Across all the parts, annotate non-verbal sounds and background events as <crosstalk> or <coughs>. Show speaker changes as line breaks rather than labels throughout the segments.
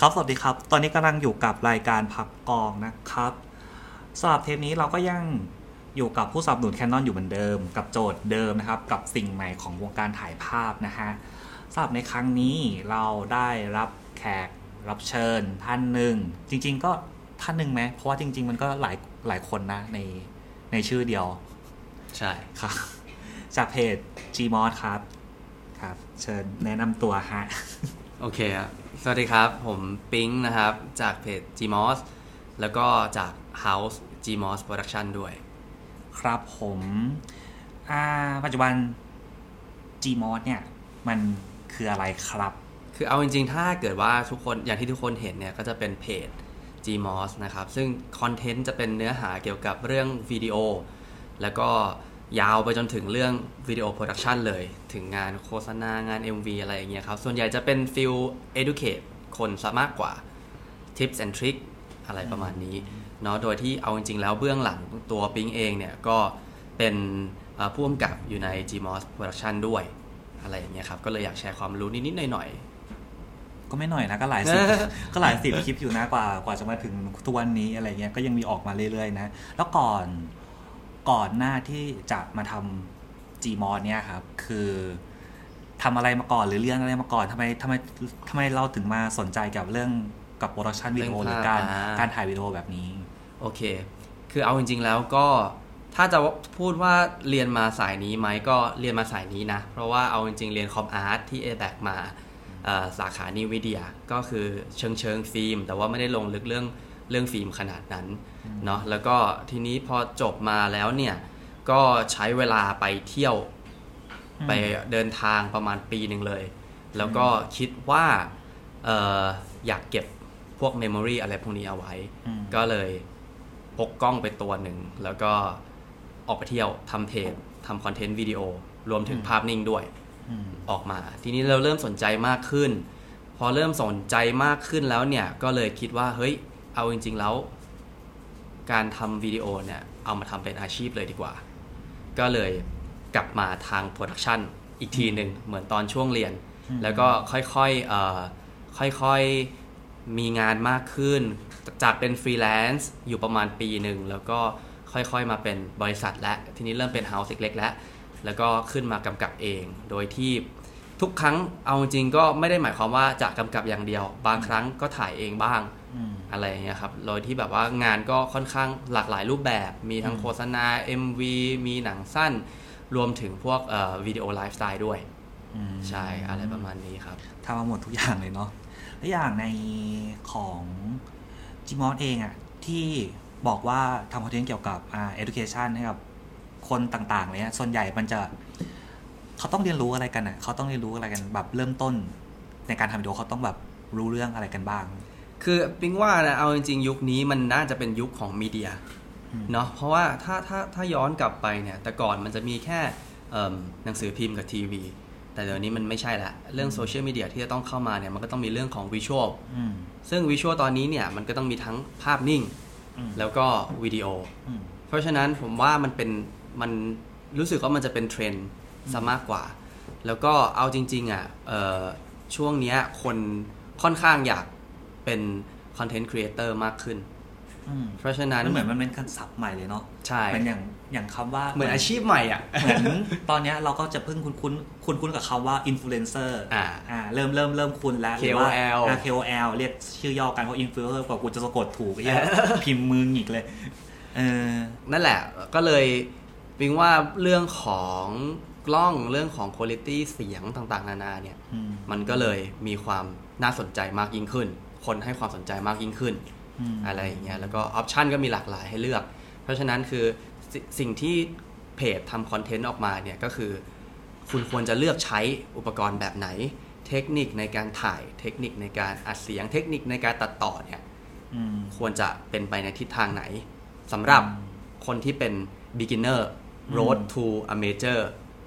ครับ สวัสดีครับ ตอนนี้กำลังอยู่กับรายการพักกองนะครับสำหรับเทปนี้เราก็ยังอยู่กับผู้สนับสนุนแคนนอนอยู่เหมือนเดิม กับโจทย์เดิมนะครับ กับสิ่งใหม่ของวงการถ่ายภาพนะฮะสำหรับในครั้งนี้เราได้รับแขกรับเชิญท่านหนึ่ง จริง ๆ ก็ท่านหนึ่งไหมเพราะว่าจริง ๆ มันก็หลายหลายคนนะในในชื่อเดียว
ใช่
ครับ <laughs> จากเพจ Gmod ครับครับ เชิญแนะนำตัวฮะ
โอเคครับสวัสดีครับผมปิ๊งนะครับ จากเพจ Gmos แล้วก็จาก House Gmos Production ด้วย
ครับผมอ่าปัจจุบัน Gmod เนี่ย มันคืออะไรครับ
คือเอาจริงๆ ถ้าเกิดว่าทุกคนอย่างที่ทุกคนเห็นเนี่ย ก็จะเป็นเพจ Gmos นะครับ ซึ่งคอนเทนต์จะเป็นเนื้อหาเกี่ยวกับเรื่องวิดีโอ แล้วก็ยาวไปจนถึงเรื่องวิดีโอโปรดักชันเลย ถึงงานโฆษณางาน MV อะไรอย่างเงี้ยครับ ส่วนใหญ่จะเป็นฟิล educate คนซะมากกว่า tips and trick อะไรประมาณนี้เนาะโดยที่เอาจริงๆ แล้วเบื้องหลังตัวปิงเองเนี่ย ก็เป็นเอ่อผู้กำกับอยู่ใน Gmos Production ด้วยอะไรอย่างเงี้ยครับก็เลยอยากแชร์ความรู้นิดๆหน่อยๆ
ก็ไม่หน่อยนะ ก็หลายสิบ ก็หลายสิบคลิปอยู่นะกว่ากว่าจะมาถึงทุกวันนี้อะไรเงี้ยก็ยังมีออกมาเรื่อยๆนะ แล้วก่อนก่อนหน้าที่จะมาทำ Gmod เนี่ยครับ คือทำอะไรมาก่อนหรือเรียนอะไรมาก่อนทำไมทำไมทำไมเราถึงมาสนใจกับเรื่องกับโปรดักชันวิดีโอห
เรื่
รือ อง
ภาพ
การ
อ่า
การถ่ายวิดีโอแบบนี้
โอเค คือเอาจริงๆ แล้วก็ถ้าจะพูดว่าเรียนมาสายนี้ไหมก็เรียนมาสายนี้นะ เพราะว่าเอาจริงๆ เรียนคอมอาร์ตที่ a b a c มาเอ่อสาขานิววิเดียก็คือเชิงเชิงๆฟิล์ม แต่ว่าไม่ได้ลงลึกเรื่องเรื่องฟิล์มขนาดนั้นเนาะ แล้วก็ทีนี้พอจบมาแล้วเนี่ย ก็ใช้เวลาไปเที่ยว
อืม
ไปเดินทางประมาณปีหนึ่งเลย แล้วก็คิดว่าเอออยากเก็บพวกเมมโมรีอะไรพวกนี้เอาไว้
อืม
ก็เลยพกกล้องไปตัวหนึ่ง แล้วก็ออกไปเที่ยวทำเทปทำคอนเทนต์วิดีโอ รวมถึงภาพนิ่งด้วย
อืม
ออกมา ทีนี้เราเริ่มสนใจมากขึ้น พอเริ่มสนใจมากขึ้นแล้วเนี่ย ก็เลยคิดว่าเฮ้ย เอาจริง ๆ แล้ว การทำวิดีโอเนี่ย เอามาทำเป็นอาชีพเลยดีกว่า ก็เลยกลับมาทางโปรดักชันอีกทีหนึ่งเหมือนตอนช่วงเรียน
อืม
แล้วก็ค่อยๆเอ่อค่อยๆ มีงานมากขึ้น จากเป็นฟรีแลนซ์อยู่ประมาณปีหนึ่ง แล้วก็ค่อยๆมาเป็นบริษัทและ ทีนี้เริ่มเป็นเฮาส์เล็กๆแล้ว แล้วก็ขึ้นมากำกับเอง โดยที่ทุกครั้งเอาจริงๆก็ไม่ได้หมายความว่าจะกำกับอย่างเดียว บางครั้งก็ถ่ายเองบ้าง
อืม
อะไรอย่างเงี้ยครับ โดยที่แบบว่างานก็ค่อนข้างหลากหลายรูปแบบ มีทั้ง
อืม
โฆษณา MV มีหนังสั้น รวมถึงพวกเอ่อวิดีโอไลฟ์สไตล์ด้วย
อืม
ใช่ อะไรประมาณนี้ครับ
ทำมาหมดทุกอย่างเลยเนาะ <laughs> แล้วอย่างในของ g m o เองอะที่บอกว่าทำคอนเทนต์เกี่ยวกับอ่า education ให้กับคนต่างๆเลยนะส่วนใหญ่มันจะเขาต้องเรียนรู้อะไรกันอะเขาต้องเรียนรู้อะไรกันแบบเริ่มต้น ในการทำวิดีโอเขาต้องแบบรู้เรื่องอะไรกันบ้าง
คือปิงว่านะเอาจริงๆ ยุคนี้มันน่าจะเป็นยุคของมีเดีย
อืม
เนาะเพราะว่าถ้าถ้าถ้าย้อนกลับไปเนี่ยแต่ก่อนมันจะมีแค่เอิ่มหนังสือพิมพ์กับทีวี แต่เดี๋ยวนี้มันไม่ใช่ละเรื่องโซเชียลมีเดียที่จะต้องเข้ามาเนี่ยมันก็ต้องมีเรื่องของวิชวล
อืม
ซึ่งวิชวลตอนนี้เนี่ยมันก็ต้องมีทั้งภาพนิ่ง
อืม
แล้วก็วิดีโอ
อืม
เพราะฉะนั้นผมว่ามันเป็นมันรู้สึกว่ามันจะเป็นเทรนด์ซะมากกว่า แล้วก็เอาจริงๆอ่ะเอ่อช่วงเนี้ยคนค่อนข้างอยากเป็นคอนเทนต์ครีเอเตอร์มากขึ้น
อืม
เพราะฉะนั้น
มันเหมือนมันเป็นคำศัพท์ใหม่เลยเนาะ
ใช่
เหมือนอย่างอย่างคำว่า
เหมือนอาชีพใหม่อ่ะ
เหมือนตอนเนี้ยเราก็จะเพิ่งคุ้นคุ้นคุ้นคุ้นกับคำว่าอินฟลูเอนเซอร์
อ่า
อ่าเริ่มเริ่มเริ่มคุ้นแล้วหรือว่า
KOL
อ่า KOL เรียกชื่อย่อกันว่าอินฟลูเอนเซอร์กว่ากูจะสะกดถูกไอ้เหี้ยพิมพ์มือหงิกเลย เออ
นั่นแหละก็เลยปิงว่าเรื่องของกล้องเรื่องของคุณ i t y เสียงต่างๆ นานาเนี่ย
อืม
มันก็เลยมีความน่าสนใจมากยิ่งขึ้น คนให้ความสนใจมากยิ่งขึ้น
อืม
อะไรอย่างเงี้ย แล้วก็ออปชันก็มีหลากหลายให้เลือก เพราะฉะนั้นคือสสิ่งที่เพจทำคอนเทนต์ออกมาเนี่ยก็คือ คุณควรจะเลือกใช้อุปกรณ์แบบไหน เทคนิคในการถ่าย เทคนิคในการอัดเสียง เทคนิคในการตัดต่อเนี่ย
อืม
ควรจะเป็นไปในทิศทางไหนสำหรับคนที่เป็น beginner road to a major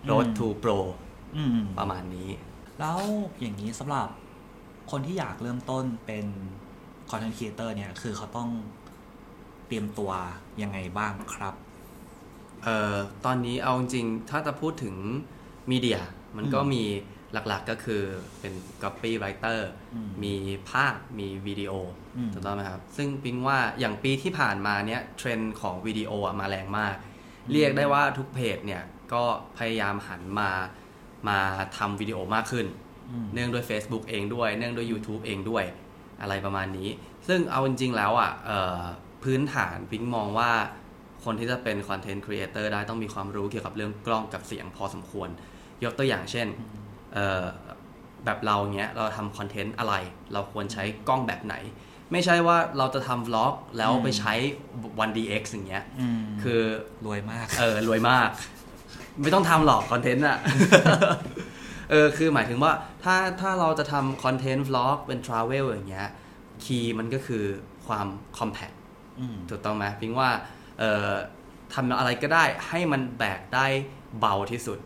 road
อืม
to pro
อืม
ประมาณนี้
แล้วอย่างนี้สำหรับคนที่อยากเริ่มต้นเป็นคอนเทนต์ครีเอเตอร์เนี่ย คือเขาต้องเตรียมตัวยังไงบ้างครับ
เอ่อตอนนี้เอาจริงๆถ้าจะพูดถึงมีเดียมันก็
อืม
มี หลักๆก็คือเป็น copywriter
อืม
มีภาพมีวิดีโออ
ม
ถูกต้องไหมครับ ซึ่งปิงว่าอย่างปีที่ผ่านมาเนี้ยเทรนด์ของวิดีโออะมาแรงมาก เรียกได้ว่าทุกเพจเนี่ยก็พยายามหันมามาทำวิดีโอมากขึ้น
อืม
เนื่องด้วย Facebook เองด้วย เนื่องด้วย YouTube เองด้วยอะไรประมาณนี้ ซึ่งเอาจริงๆแล้วอ่ะเอ่อพื้นฐานพิงมองว่าคนที่จะเป็นคอนเทนต์ครีเอเตอร์ได้ต้องมีความรู้เกี่ยวกับเรื่องกล้องกับเสียงพอสมควร ยกตัวอย่างเช่นเอ่อแบบเราเงี้ยเราทำคอนเทนต์อะไร เราควรใช้กล้องแบบไหน ไม่ใช่ว่าเราจะทำวล็อกแล้วไปใช้ 1DX อย่างเงี้ย
อืม
คือ
รวยมาก
เออรวยมาก ไม่ต้องทำหรอกคอนเทนต์อ่ะ <laughs> เออคือหมายถึงว่าถ้าถ้าเราจะทำคอนเทนต์วล็อกเป็นทราเวลอย่างเงี้ยคีย์มันก็คือความคอม a พ t
อืม
ถูกต้องไหมพิงว่าเอ่อทำอะไรก็ได้ให้มันแบกได้เบาที่สุด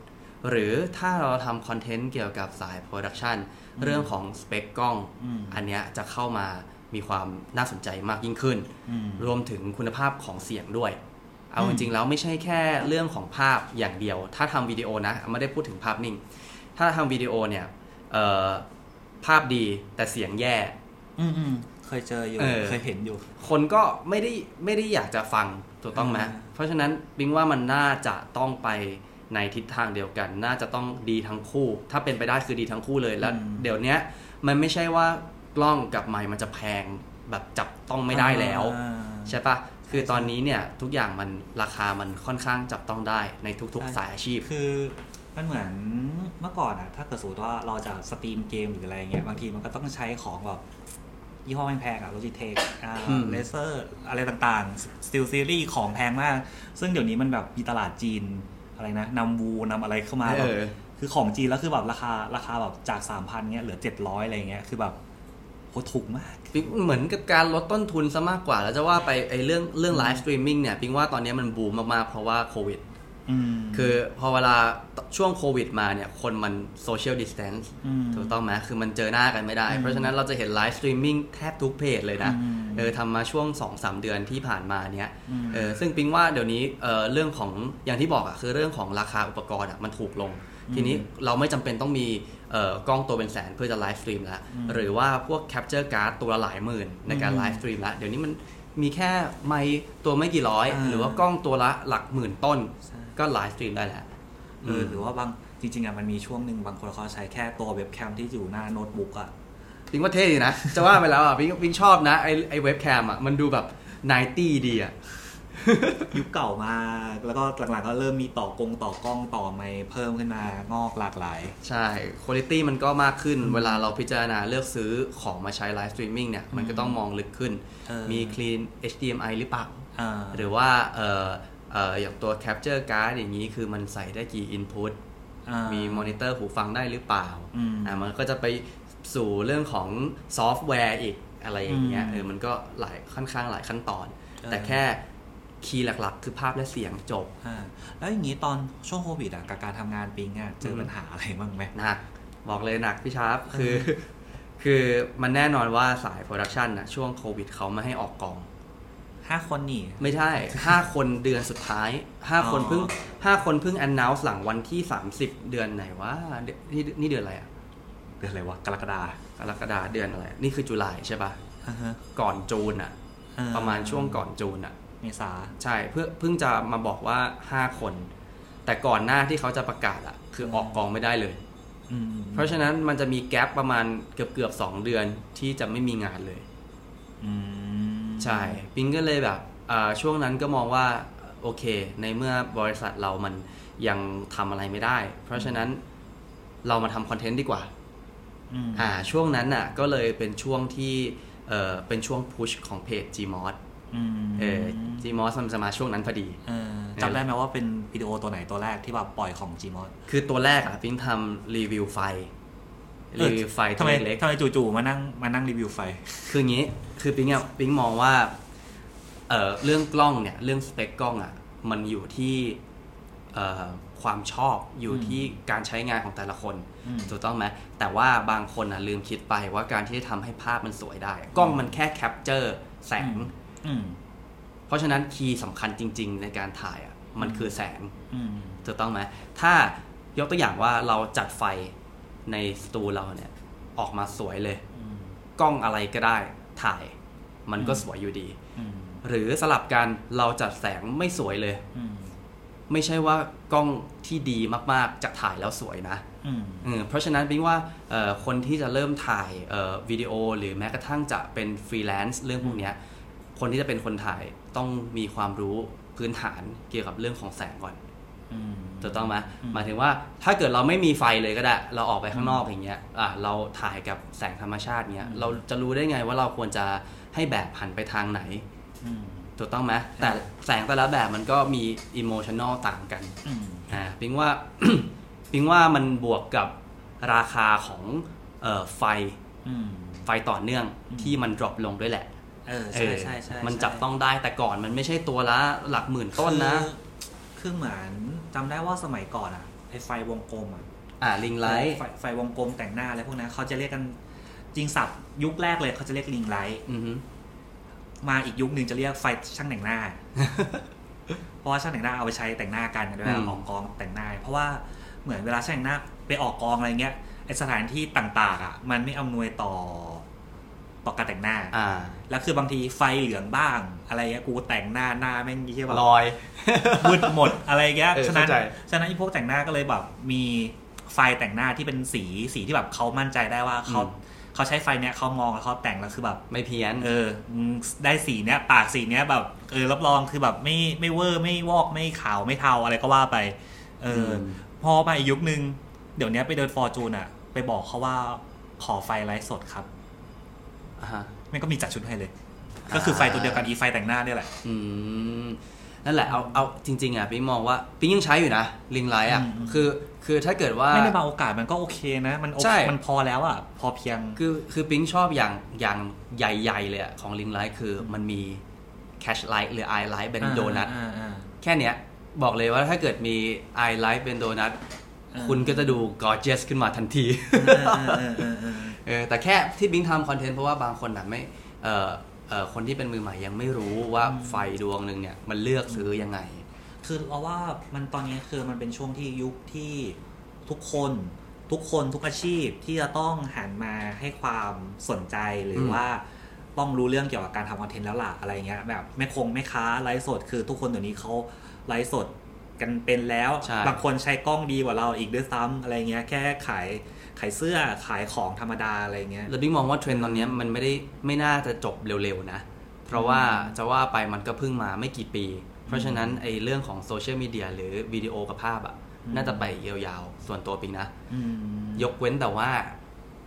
หรือถ้าเราทำคอนเทนต์เกี่ยวกับสายโปรดักชันเรื่องของสเปคกล้อง
อืม
อันเนี้ยจะเข้ามามีความน่าสนใจมากยิ่งขึ้น
อืม
รวมถึงคุณภาพของเสียงด้วย เอา
อืม
จริงๆแล้วไม่ใช่แค่เรื่องของภาพอย่างเดียว ถ้าทำวิดีโอนะ ไม่ได้พูดถึงภาพนิ่ง ถ้าทำวิดีโอเนี่ยเอ่อภาพดีแต่เสียงแย่
อืมอืมเคยเจออยู่
เออ
เคยเห็นอยู่
คนก็ไม่ได้ไม่ได้อยากจะฟังถูกต้องไหม
อ่า
เพราะฉะนั้นบิงว่ามันน่าจะต้องไปในทิศทางเดียวกัน น่าจะต้องดีทั้งคู่ ถ้าเป็นไปได้คือดีทั้งคู่เลยแล้ว เดี๋ยวเนี้ยมันไม่ใช่ว่ากล้องกับไมค์มันจะแพงแบบจับต้องไม่ได้แล้ว
อ่า
ใช่ปะคือตอนนี้เนี่ยทุกอย่างมันราคามันค่อนข้างจับต้องได้ในทุก
ใช่
ๆสายอาชีพ
คือมันเหมือนเมื่อก่อนอะถ้าเกิดสมมติว่าเราจะสตรีมเกมหรืออะไรเงี้ยบางทีมันก็ต้องใช้ของแบบยี่ห้อแพงๆอะโลจิเทค
อืม
เลเซอร์อะไรต่างๆสติลซีรีส์ของแพงมาก ซึ่งเดี๋ยวนี้มันแบบมีตลาดจีนอะไรนะนำวูนำอะไรเข้ามา
เอ
แบบ
อ
คือของจีนแล้วคือแบบราคาราคาแบบจาก 3,000เงี้ยเหลือ 700 อะไรเงี้ยคือแบบโหถูกมาก
ปิ๊งเหมือนกับการลดต้นทุนซะมากกว่า แล้วจะว่าไปไอ้เรื่องเรื่องไลฟ์สตรีมมิ่งเนี่ยปิงว่าตอนนี้มันบูมมากๆ เพราะว่าโควิด
อืม
คือพอเวลาช่วงโควิดมาเนี่ย คนมันโซเชียลดิสแตนซ์
อืม
ถูกต้องไหมคือมันเจอหน้ากันไม่ได้
อืม
เพราะฉะนั้นเราจะเห็นไลฟ์สตรีมมิ่งแทบทุกเพจเลยนะ
อืม
เออทำมาช่วง 2-3 เดือนที่ผ่านมาเนี่ย
อืม
เออซึ่งปิงว่าเดี๋ยวนี้เออเรื่องของอย่างที่บอกอะคือเรื่องของราคาอุปกรณ์อะมันถูกลง ทีนี้เราไม่จำเป็นต้องมีเอ่อกล้องตัวเป็นแสนเพื่อจะไลฟ์สตรีมละหรือว่าพวกแคปเจอร์การ์ดตัวละหลายหมื่นในการไลฟ์สตรีมละเดี๋ยวนี้มันมีแค่ไมค์ตัวไม่กี่ร้อย
อ่า
หรือว่ากล้องตัวละหลักหมื่นต้น
ใช่
ก็ไลฟ์สตรีมได้แหละ
เออหรือว่าบางจริงๆอะมันมีช่วงหนึ่งบางคนเขาใช้แค่ตัวเว็บแคมที่อยู่หน้าโน้ตบุ๊กอะ
พิงว่าเท่ดีนะ จะว่าไปแล้วอ่ะพิงพิงชอบนะ ไอไอเว็บแคมอ่ะ มันดูแบบนตี้ดีอ่ะ
ยุคเก่ามากแล้วก็หลังๆก็เริ่มมีต่อกงต่อกล้องต่อไมค์เพิ่มขึ้นมางอกหลากหลาย
ใช่คุณภาพมันก็มากขึ้น เวลาเราพิจารณาเลือกซื้อของมาใช้ไลฟ์สตรีมมิ่งเนี่ย มันก็ต้องมองลึกขึ้น
เออ
มี clean HDMI หรือเปล่า
อ่า
หรือว่า เอ่อ เอ่อ อย่างตัว capture card อย่างนี้คือมันใส่ได้กี่ input
อ่ามี
มีมอนิเตอร์หูฟังได้หรือเปล่า
อืม
อ่า มันก็จะไปสู่เรื่องของซอฟต์แวร์อีกอะไรอย่างเงี้ย
อืม
เออ มันก็หลายค่อนข้างหลายขั้นตอน
ออ
แต่แค่คีย์หลักๆ คือภาพและเสียงจบ
อ่าแล้วอย่างนี้ตอนช่วงโควิดอะกับการทำงานปิงอะเจอปัญหาอะไรบ้างไหม
หนัก บอกเลยหนักพี่ชาร์ปคือ <laughs> คือมันแน่นอนว่าสายโปรดักชันนะช่วงโควิดเขาไม่ให้ออกกอง
ห้าคนนี่
ไม่ใช่ 5 คนเดือนสุดท้าย
อ๋อ
5 คนเพิ่ง5คนเพิ่ง announce หลังวันที่ 30 เดือนไหนวะเดือนนี่นี่เดือนอะไรอ่ะ
เดือนอะไรวะกรกฎาก
รกฎาเดือนอะไร นี่คือจุลายใช่ปะ
อ่าฮะ
ก่อนจูนอ่ะ
เออ
ประมาณช่วงก่อนจูนอ่ะ
เมษา
ใช่เพื่อเพิ่งจะมาบอกว่า 5 คน แต่ก่อนหน้าที่เขาจะประกาศอ่ะ คือออกกองไม่ได้เลย
อืม
เพราะฉะนั้นมันจะมีแกลบประมาณเกือบเกือบสองเดือนที่จะไม่มีงานเลย
อืม
ใช่ปิงก็เลยแบบอ่าช่วงนั้นก็มองว่าโอเค ในเมื่อบริษัทเรามันยังทำอะไรไม่ได้ เพราะฉะนั้นเรามาทำคอนเทนต์ดีกว่า
อืม
อ่า ช่วงนั้นน่ะก็เลยเป็นช่วงที่เออเป็นช่วงพุชของเพจ Gmod
อืม
เออ Gmod มันจะมาช่วงนั้นพอดี
เออจำได้ไหมว่าเป็นวิดีโอตัวไหนตัวแรกที่แบบปล่อยของ Gmod
คือตัวแรกอ่ะปิงทำรีวิวไฟ
เอ
รี
อ
วิวไฟ
ทำ
ตัว
ไม
เล็ก
ทำไมจู่ๆมานั่งมานั่งรีวิวไฟ
คืออย่างงี้คือปิงอะปิงมองว่า เออเรื่องกล้องเนี่ย เรื่องสเปคกล้องอะมันอยู่ที่เอ่อความชอบอยู่
อืม
ที่การใช้งานของแต่ละคน
อืม
ถูกต้องไหมแต่ว่าบางคนอะลืมคิดไปว่าการที่จะทำให้ภาพมันสวยได้ กล้องมันแค่แคปเจอร์แสง
อืม
เพราะฉะนั้นคีย์สำคัญจริง ๆ ในการถ่ายอะมันคือแสง
อืม
ถูกต้องไหมถ้ายกตัวอย่างว่าเราจัดไฟ ในสตูเราเนี่ยออกมาสวยเลย กล้องอะไรก็ได้ถ่าย มันก็สวยอยู่ดี
อืม
หรือสลับกันเราจัดแสงไม่สวยเลย
อืม
ไม่ใช่ว่ากล้องที่ดีมากๆจะถ่ายแล้วสวยนะ
อืม
เออเพราะฉะนั้นเป็นว่าเอ่อคนที่จะเริ่มถ่ายเอ่อวิดีโอหรือแม้กระทั่งจะเป็นฟรีแลนซ์เรื่องพวกเนี้ยคนที่จะเป็นคนถ่ายต้องมีความรู้พื้นฐานเกี่ยวกับเรื่องของแสงก่อน
อืม
ถูกต้องไหม
อืม
หมายถึงว่าถ้าเกิดเราไม่มีไฟเลยก็ได้ เราออกไปข้างนอกอย่างเงี้ยอ่ะเราถ่ายกับแสงธรรมชาติเงี้ยเราจะรู้ได้ไงว่าเราควรจะให้แบบหันไปทางไหน
อืม
ถูกต้องไหมแต่แสงแต่ละแบบมันก็มีอิโมชัน a ลต่างกัน
อืม
อ่าปิงว่า <coughs> ปิงว่ามันบวกกับราคาของเอ่อไฟ
อืม
ไฟต่อเนื่อง
อืม
ที่มันดรอปลงด้วยแหละ
เออ
เอ
ใช่
อ
ใช่ใช่
มัน
ใช่
จับต้องได้แต่ก่อนมันไม่ใช่ตัวละหลักหมื่นต้นนะ
คือคือเหมือนจำได้ว่าสมัยก่อนอะไอไฟวงกลมอะ
อ่าลิงไลท์
ไฟไฟวงกลมแต่งหน้าอะไรพวกนั้นเขาจะเรียกกันจริงศัพท์ยุคแรกเลยเขาจะเรียกลิงไลท์
อือฮึ
มาอีกยุคหนึ่งจะเรียกไฟช่างแต่งห
<laughs>
น้า เพราะว่าช่างแต่งหน้าเอาไปใช้แต่งหน้ากันเวลาออกกองแต่งหน้า เพราะว่าเหมือนเวลาช่างแต่งหน้าไปออกกองอะไรเงี้ยไอสถานที่ต่างๆ อ่ะ มันไม่อำนวยต่อต่อการแต่งหน้า
อ่า
แล้วคือบางทีไฟเหลืองบ้าง อะไรเงี้ยกูแต่งหน้าหน้าแม่งยี่ห้อแบบ
ลอย
มืดหมดอะไรเงี้ย
เออ
ฉะนั้น
เข้าใจ
ฉะนั้นไอีพวกแต่งหน้าก็เลยแบบมีไฟแต่งหน้าที่เป็นสีสีที่แบบเขามั่นใจได้ว่าเขาเขาใช้ไฟเนี้ยเขามองแล้วเขาแต่งแล้วคือแบบ
ไม่เพี้ยน
เออมึงได้สีเนี้ยปากสีเนี้ยแบบเออรับรองคือแบบไม่ไม่เวอร์ไม่วอกไม่ขาวไม่เทาอะไรก็ว่าไป เอออ
ม
พอมาอีกยุคนึงเดี๋ยวเนี้ยไปเดินฟอร์จูนอะไปบอกเขาว่าขอไฟไลฟ์สดครับ
อ่าฮะ
มันก็มีจัดชุดให้เลย ก็คือไฟตัวเดียวกันอีไฟแต่งหน้าเนี่ยแหละ
อืม นั่นแหละ เอา เอาจริง ๆ อ่ะปิ๊งมองว่าปิ๊งยังใช้อยู่นะ ลิงไลท์อ่ะ
อืม
คือ คือถ้าเกิดว่า
ไม่ได้มาโอกาสมันก็โอเคนะ มันโอเค
ใช่
มันพอแล้วอะพอเพียง
คือ คือปิ๊งชอบอย่าง อย่างใหญ่ๆ เลยอ่ะ ของลิงไลท์คือมันมีแคชไลท์หรือไอไลท์เป็นโดนัท
อ่าอ่าอ่า
แค่เนี้ย บอกเลยว่าถ้าเกิดมีไอไลท์เป็นโดนัท
เออ
คุณก็จะดูกอร์เจสขึ้นมาทันที <laughs>
เออเออเออเออ
เออแต่แค่ที่บิงทำคอนเทนต์เพราะว่าบางคนน่ะไม่เออเออคนที่เป็นมือใหม่ยังไม่รู้ว่าไฟดวงหนึ่งเนี่ยมันเลือกซื้อยังไง
คือเราว่ามันตอนนี้คือมันเป็นช่วงที่ยุคที่ทุกคนทุกคนทุกอาชีพที่จะต้องหันมาให้ความสนใจหรืออ
ม
ว่าต้องรู้เรื่องเกี่ยวกับการทำคอนเทนต์แล้วล่ะอะไรเงี้ยแบบแม่คงแม่ค้าไลฟ์สด คือทุกคนเดี๋ยวนี้เขาไลฟ์สดกันเป็นแล้ว
ใช่
บางคนใช้กล้องดีกว่าเราอีกด้วยซ้ำอะไรเงี้ยแค่ขายขายเสื้อขายของธรรมดาอะไรเงี้ย
แล้วบิงมองว่าเทรนด์ตอนเนี้ยมันไม่ได้ไม่น่าจะจบเร็วๆนะ เพราะว่าจะว่าไปมันก็เพิ่งมาไม่กี่ปี เพราะฉะนั้นไอ้เรื่องของโซเชียลมีเดียหรือวิดีโอกับภาพอ่ะ
อืม
น่าจะไปยาวๆ ส่วนตัวปิงนะ
อืม
ยกเว้นแต่ว่า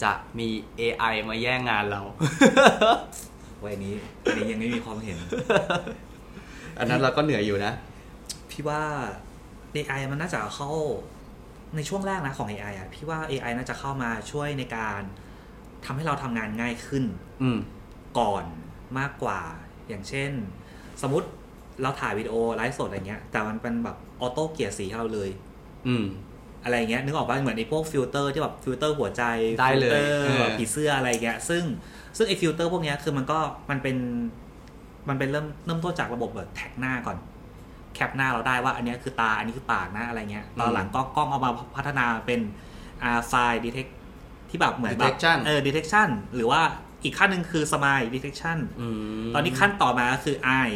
จะมี AI มาแย่งงาน <laughs> เรา
วัยนี้อันนี้ยังไม่มีความเห็น
อันนั้นเราก็เหนื่อยอยู่นะ
พี่ว่า AI มันน่าจะเข้าในช่วงแรกนะของ AI อ่ะพี่ว่า AI น่าจะเข้ามาช่วยในการทำให้เราทำงานง่ายขึ้น
อืม
ก่อนมากกว่า อย่างเช่น สมมติเราถ่ายวิดีโอไลฟ์สดอะไรเงี้ย แต่มันเป็นแบบออโต้เกลียร์สีให้เราเลย
อืม
อะไรเงี้ยนึกออกป่ะเหมือนไอ้พวกฟิลเตอร์ที่แบบฟิลเตอร์หัวใจ
ได้
ฟิล
เลย
เตอร์
เออ
แบบผีเสื้ออะไรเงี้ยซึ่งซึ่งไอ้ฟิลเตอร์พวกเนี้ยคือมันก็มันเป็นมันเป็นเริ่มเริ่มต้นจากระบบแบบแท็กหน้าก่อน แคปหน้าเราได้ว่าอันเนี้ยคือตาอันนี้คือปากนะอะไรเงี้ยตอนหลังก็กล้องเอามาพัฒนาเป็นอ่าไฟล์ดีเทคที่แบบเหมือนแบบ
Detection
เออดีเทคชันหรือว่าอีกขั้นหนึ่งคือสมายดีเทคชัน
อืม
ตอนนี้ขั้นต่อมาก็คือ i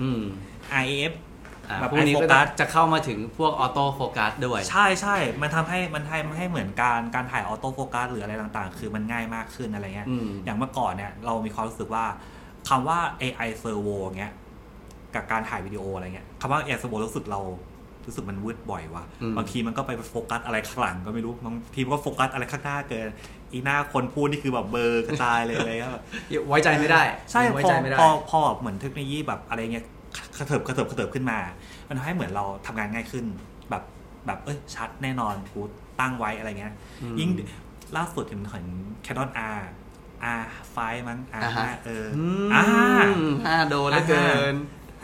อืม
IAF
อ่า
แบบ
พวกนี้ก็
ไอโฟกั
จะ
ส
จะเข้ามาถึงพวกออโต้โฟกัสด้วย
ใช่ใช่มันทำให้มันให้ให้เหมือนการการถ่ายออโต้โฟกัสหรืออะไรต่างๆ คือมันง่ายมากขึ้นอะไรเงี้ย
อืม
อย่างเมื่อก่อนเนี่ยเรามีความรู้สึกว่าคำว่า AI servo เงี้ยกับการถ่ายวิดีโออะไรเงี้ยคำว่า AI servo รู้สึกเรารู้สึกมันวืดบ่อยว่ะ
อืม
บางทีมันก็ไปโฟกัสอะไรข้างหลังก็ไม่รู้บางทีมันก็โฟกัสอะไรข้างหน้าเกินอีหน้าคนพูดนี่คือแบบเบลอร์กระจายเลยอะไรเลยครับ
ไว้ใจไม่ได้
ใช่
ไว้
พอ
ใจไม่ได้
พอพอแบบเหมือนเทคโนโลยีแบบอะไรเงี้ยกระเถิบกระเถิบกระเถิบขึ้นมา มันทำให้เหมือนเราทำงานง่ายขึ้น แบบแบบเอ้ยชัดแน่นอนกูตั้งไว้อะไรเงี้ย
อืม
ยิ่งล่าสุดเห็นเห็น Canon R R5 มั้ง
อ่า
R5
ฮะ
เออ
อืม
อ่า
ห้าโดนแล้วเกิน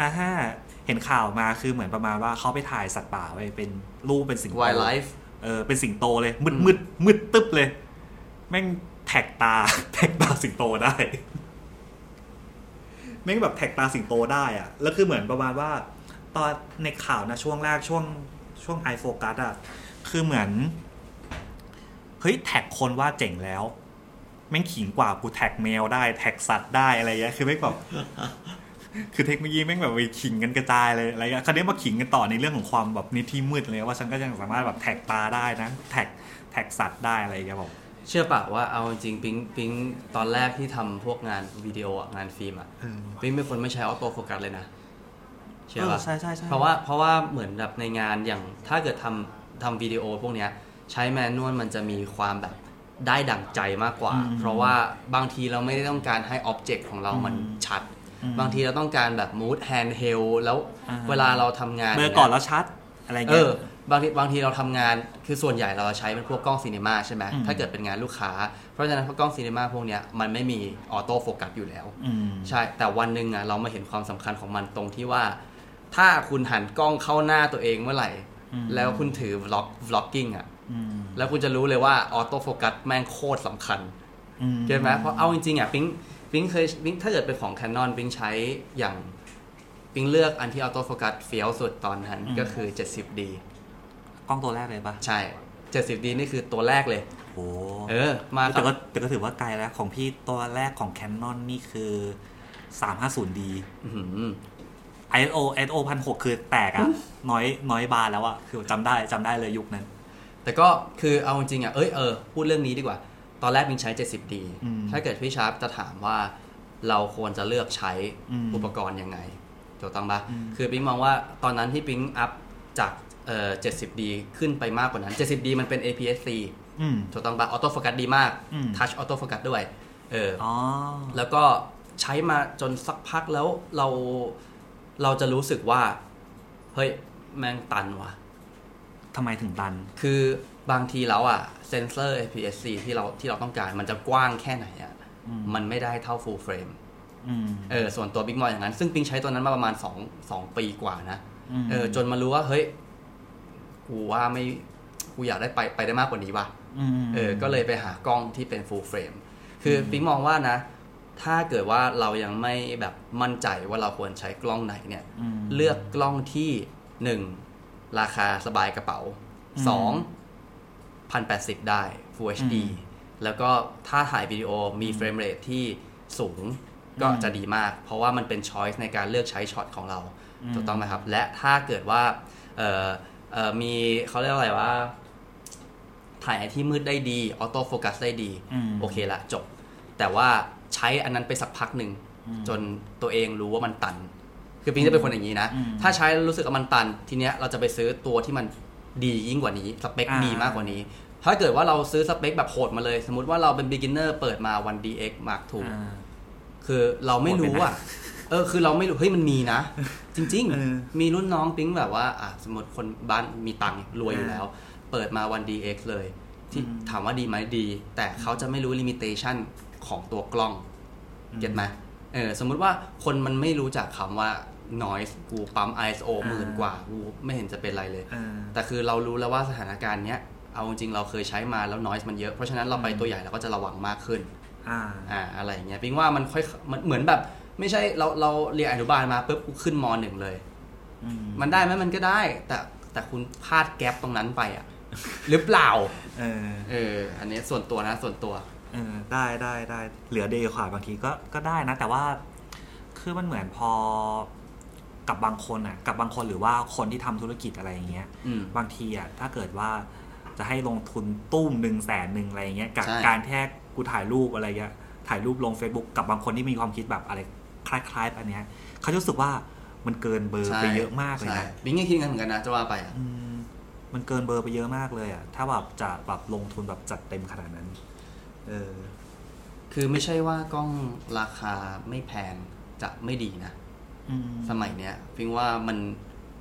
R5 เห็นข่าวมาคือเหมือนประมาณว่าเขาไปถ่ายสัตว์ป่าไว้เป็นรูปเป็นสิงโต
วายไลฟ์
เออเป็นสิงโตเลยมืด
อืม
มืดมืดตึ๊บเลย แม่งแท็กตา <laughs> แท็กตาสิงโตได้ แม่งแบบแท็กตาสิงโตได้อะแล้วคือเหมือนประมาณว่า ตอนในข่าวนะช่วงแรกช่วงช่วงไอโฟกัสอะคือเหมือน เฮ้ยแท็กคนว่าเจ๋งแล้วแม่งขิงกว่ากูแท็กแมวได้ แท็กสัตว์ได้อะไรเงี้ยคือแม่งแบบ คือเทคโนโลยีแม่งแบบไปขิงกันกระจายเลยอะไรเงี้ยคราวนี้มาขิงกันต่อในเรื่องของความแบบนิที่มืดเลยว่าฉันก็ยังสามารถแบบแท็กปลาได้นะแท็กแท็กสัตว์ได้อะไรเงี้ยบอก
เชื่อปะว่าเอาจริงๆปิ๊งปิ๊งตอนแรกที่ทำพวกงานวิดีโออะงานฟิล์มอ่ะ
เออ
ปิ๊งเป็นคนไม่ใช้ออโต้โฟกัสเลยนะเชื่อ
เอ
ปะ
อใช่ใช่ใช่
เพราะว่าเพราะว่าเหมือนแบบในงานอย่างถ้าเกิดทำทำวิดีโอพวกเนี้ยใช้แมนนวลมันจะมีความแบบได้ดั่งใจมากกว่า เพราะว่าบางทีเราไม่ได้ต้องการให้อ็อบเจกต์ของเรามันชัด บางทีเราต้องการแบบมูดแฮนด์เฮลแล้ว
อ่า
เวลาเราทำงาน
เบลอ
นี่ย
ก่อนแล้วชัดอะไร
เอ
เงี้ย
อบางทีบางทีเราทำงานคือส่วนใหญ่เราใช้เป็นพวกกล้องซีเนมาใช่ไหม
อืม
ถ้าเกิดเป็นงานลูกค้า เพราะฉะนั้นพวกกล้องซีเนมาพวกเนี้ยมันไม่มีออโต้โฟกัสอยู่แล้ว
ม
ใช่แต่วันหนึ่งอ่ะเรามาเห็นความสำคัญของมันตรงที่ว่า ถ้าคุณหันกล้องเข้าหน้าตัวเองเมื่อไหร่
อืม
แล้วคุณถือ v ล็อก v ล็อกกิ้งอ่ะ
อืม
แล้วคุณจะรู้เลยว่าออโต้โฟกัสแม่งโคตรสำคัญ
อื
เก็ตไหมเพราะเอาจริงๆอ่ะปิ๊งปิ๊งเคยปิ๊งถ้าเกิดเป็นของ Canon ปิ๊งใช้อย่างปิ๊งเลือกอันที่ออโต้โฟกัสเฟี้ยวสุดตอนนั้น
อืม
ก็คือ 70D
กล้องตัวแรกเลยปะ
ใช่ 70D นี่คือตัวแรกเลย
โอ้
เออ มากั
แต่
บ
ก็แต่ก็ถือว่าไกลแล้วของพี่ตัวแรกของ Canon นี่คือ 350D
อื้อหือ
ISO ISO พันหกคือแตกอะน้อยน้อยบาร์แล้วอะคือจำได้จำได้เลยยุคนั้น
แต่ก็คือเอาจริงๆอ่ะ เอ้ยเออ พูดเรื่องนี้ดีกว่า ตอนแรกปิ๊งใช้ 70D
อืม
ถ้าเกิดพี่ชาร์ปจะถามว่าเราควรจะเลือกใช้
อืม
อุปกรณ์ยังไงถูกต้องปะ
อืม
คือปิ๊งมองว่าตอนนั้นที่ปิ๊งอัพจากเอ่อ 70D ขึ้นไปมากกว่านั้น 70D มันเป็น APS-C
อืม
ถูกต้องปะออโต้โฟกัสดีมาก
อืม
ทัชออโต้โฟกัสด้วย เอออ
อ๋อ
แล้วก็ใช้มาจนสักพักแล้วเราเราจะรู้สึกว่า เฮ้ย แม่งตันว่ะ
ทำไมถึงตัน
คือบางทีแล้วอ่ะ เซนเซอร์ APS-C ที่เราที่เราต้องการมันจะกว้างแค่ไหนอ่ะ
อืม
มันไม่ได้เท่า full frame
อืม
เออส่วนตัวบิ๊กมออย่างนั้น ซึ่งปิงใช้ตัวนั้นมาประมาณ2 2ปีกว่านะ
อืม
เออจนมารู้ว่า เฮ้ย กูว่าไม่กูอยากได้ไปไปได้มากกว่านี้ว่ะ
อืม
เออ ก็เลยไปหากล้องที่เป็น full frame คืออปิ๊งมองว่านะ ถ้าเกิดว่าเรายังไม่แบบมั่นใจว่าเราควรใช้กล้องไหนเนี่ย
อืม
เลือกกล้องที่หนึ่งราคาสบายกระเป๋า
อืม
สองพันแปดสิบได้ Full HD
อืม
แล้วก็ถ้าถ่ายวิดีโอมีเฟรมเรทที่สูงก็
อืม
จะดีมาก เพราะว่ามันเป็นช้อยส์ในการเลือกใช้ช็อตของเรา
อืม
ถูกต้องไหมครับ และถ้าเกิดว่าเอ่อเอ่อมีเขาเรียกว่าอะไรว่า ถ่ายในที่มืดได้ดีออโต้โฟกัสได้ดี
อืม
โอเคละจบ แต่ว่าใช้อันนั้นไปสักพักหนึ่ง
อืม
จนตัวเองรู้ว่ามันตัน คือปิงจะเป็นคนอย่างนี้นะ
อืม
ถ้าใช้แล้วรู้สึกว่ามันตัน ทีเนี้ยเราจะไปซื้อตัวที่มันดียิ่งกว่านี้ สเปค
อ่า
ดีมากกว่านี้ ถ้าเกิดว่าเราซื้อสเปคแบบโหดมาเลย สมมติว่าเราเป็น beginner เปิดมา 1DX Mark II
อ่า
คือเราไม่รู้อ่ะ เออ คือเราไม่รู้ เฮ้ย มันมีนะ จริง
เออ
ๆ มีรุ่นน้องปิ๊งแบบว่า อ่ะ สมมติคนบ้านมีตังค์รวยอยู่แล้ว เปิดมาวัน DX เลย ที่
อืม
ถามว่าดีไหมดี แต่เขาจะไม่รู้ลิมิเตชันของตัวกล้อง เก็ตไหมเออ สมมุติว่าคนมันไม่รู้จักคำว่า noise กูปั๊ม ISO หมื่นกว่า กูไม่เห็นจะเป็นไรเลย
เออ
แต่คือเรารู้แล้วว่าสถานการณ์เนี้ย เอาจริงๆเราเคยใช้มาแล้ว noise มันเยอะ เพราะฉะนั้นเราไป
อืม
ตัวใหญ่เราก็จะระวังมากขึ้น
อ่า
อ่าอะไรอย่างเงี้ยปิงว่ามันค่อยมันเหมือนแบบ ไม่ใช่เราเราเรียนอนุบาลมาปุ๊บกูขึ้นมหนึ่งเลย
อืม
มันได้ไหมมันก็ได้ แต่แต่คุณพลาดแกลบตรงนั้นไปอ่ะ <laughs> หรือเปล่า
เออ
เออ อันนี้ส่วนตัวนะ ส่วนตัว
เออได้ได้ได้เหลือเดย์ขวาบางทีก็ก็ได้นะ แต่ว่าคือมันเหมือนพอกับบางคนอ่ะ กับบางคนหรือว่าคนที่ทำธุรกิจอะไรอย่างเงี้ย
อืม
บางทีอ่ะถ้าเกิดว่าจะให้ลงทุนตุ้มหนึ่งแสนหนึ่งอะไรอย่างเงี้ยกับ
ใช่
การแค่กูถ่ายรูปอะไรเงี้ยถ่ายรูปลง Facebook กับบางคนที่มีความคิดแบบอะไรคล้ายๆอันเนี้ยเขาจะรู้สึกว่ามันเกินเบอร์
ใช่
ไปเยอะมากเลย
ใช่
นะ
บิงก็คิดงั้นเหมือนกันนะจะว่าไปอ่ะ
อืมมันเกินเบอร์ไปเยอะมากเลยอ่ะถ้าแบบจะแบบลงทุนแบบจัดเต็มขนาดนั้น เออ
คือไม่ใช่ว่ากล้องราคาไม่แพงจะไม่ดีนะ
อืม
สมัยเนี้ยพิงว่ามัน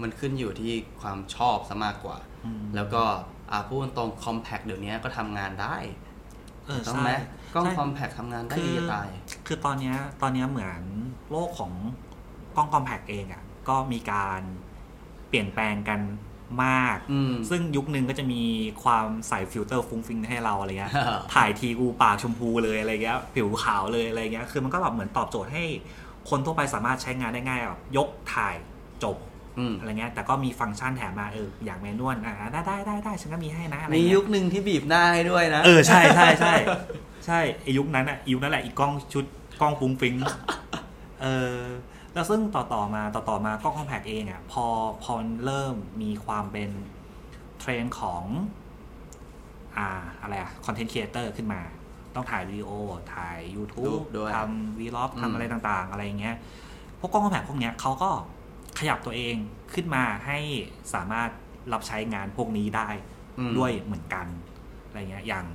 มันขึ้นอยู่ที่ความชอบซะมากกว่า
อืม
แล้วก็อ่าพูดตรงคอมแพคเดี๋ยวนี้ก็ทำงานได้
เออ
ต้อง
ใช่
ไหมกล้อง
ใช่
คอมแพคทำงานได้ดีจะตาย
คือตอนเนี้ยตอนเนี้ยเหมือนโลกของกล้องคอมแพกเองอะ่ะ ก็มีการเปลี่ยนแปลงกันมาก
อืม
ซึ่งยุคนึงก็จะมีความใส่ฟิลเตอร์ฟุ้งฟิงให้เราอะไร
<laughs>
เงี้ย
ฮ่าฮ่า
ถ่ายทีกูปากชมพูเลยอะไรเงี้ย ผิวขาวเลยอะไรเงี้ย คือมันก็แบบเหมือนตอบโจทย์ให้คนทั่วไปสามารถใช้งานได้ง่ายแบบยกถ่ายจบ
อืม
อะไรเงี้ยแต่ก็มีฟังก์ชันแถมมาเอออยากแมนนวลอ่าได้ได้ได้ได้ฉันก็มีให้นะอะไร
มี
เงี้
ยุ
ย
คหนึ่งที่บีบหน้าให้ด้วยนะ
เออใช่ใช่ใช่
<laughs>
ใช่ไอยุคนั้นอ่ะยุคนั้นแหละอีกล้องชุดกล้องฟุ้ง
<laughs>
ฟิ้งเออแล้วซึ่งต่อต่อมาต่อต่อมากล้องคอมแพกเองอ่ะพอพอมันเริ่มมีความเป็นเทรนด์ของ อ่าอะไรอะคอนเทนต์ครีเอเตอร์ขึ้นมา ต้องถ่ายวิดีโอ ถ่าย
รู
YouTube
ปด้วย
ทำวีล็อก
อืม
ทำอะไรต่างๆ อะไรอย่างเงี้ย พวกกล้องคอมแพคพวกเนี้ยเขาก็ขยับตัวเองขึ้นมาให้สามารถรับใช้งานพวกนี้ได้
อืม
ด้วยเหมือนกัน อะไรเงี้ยอย่าง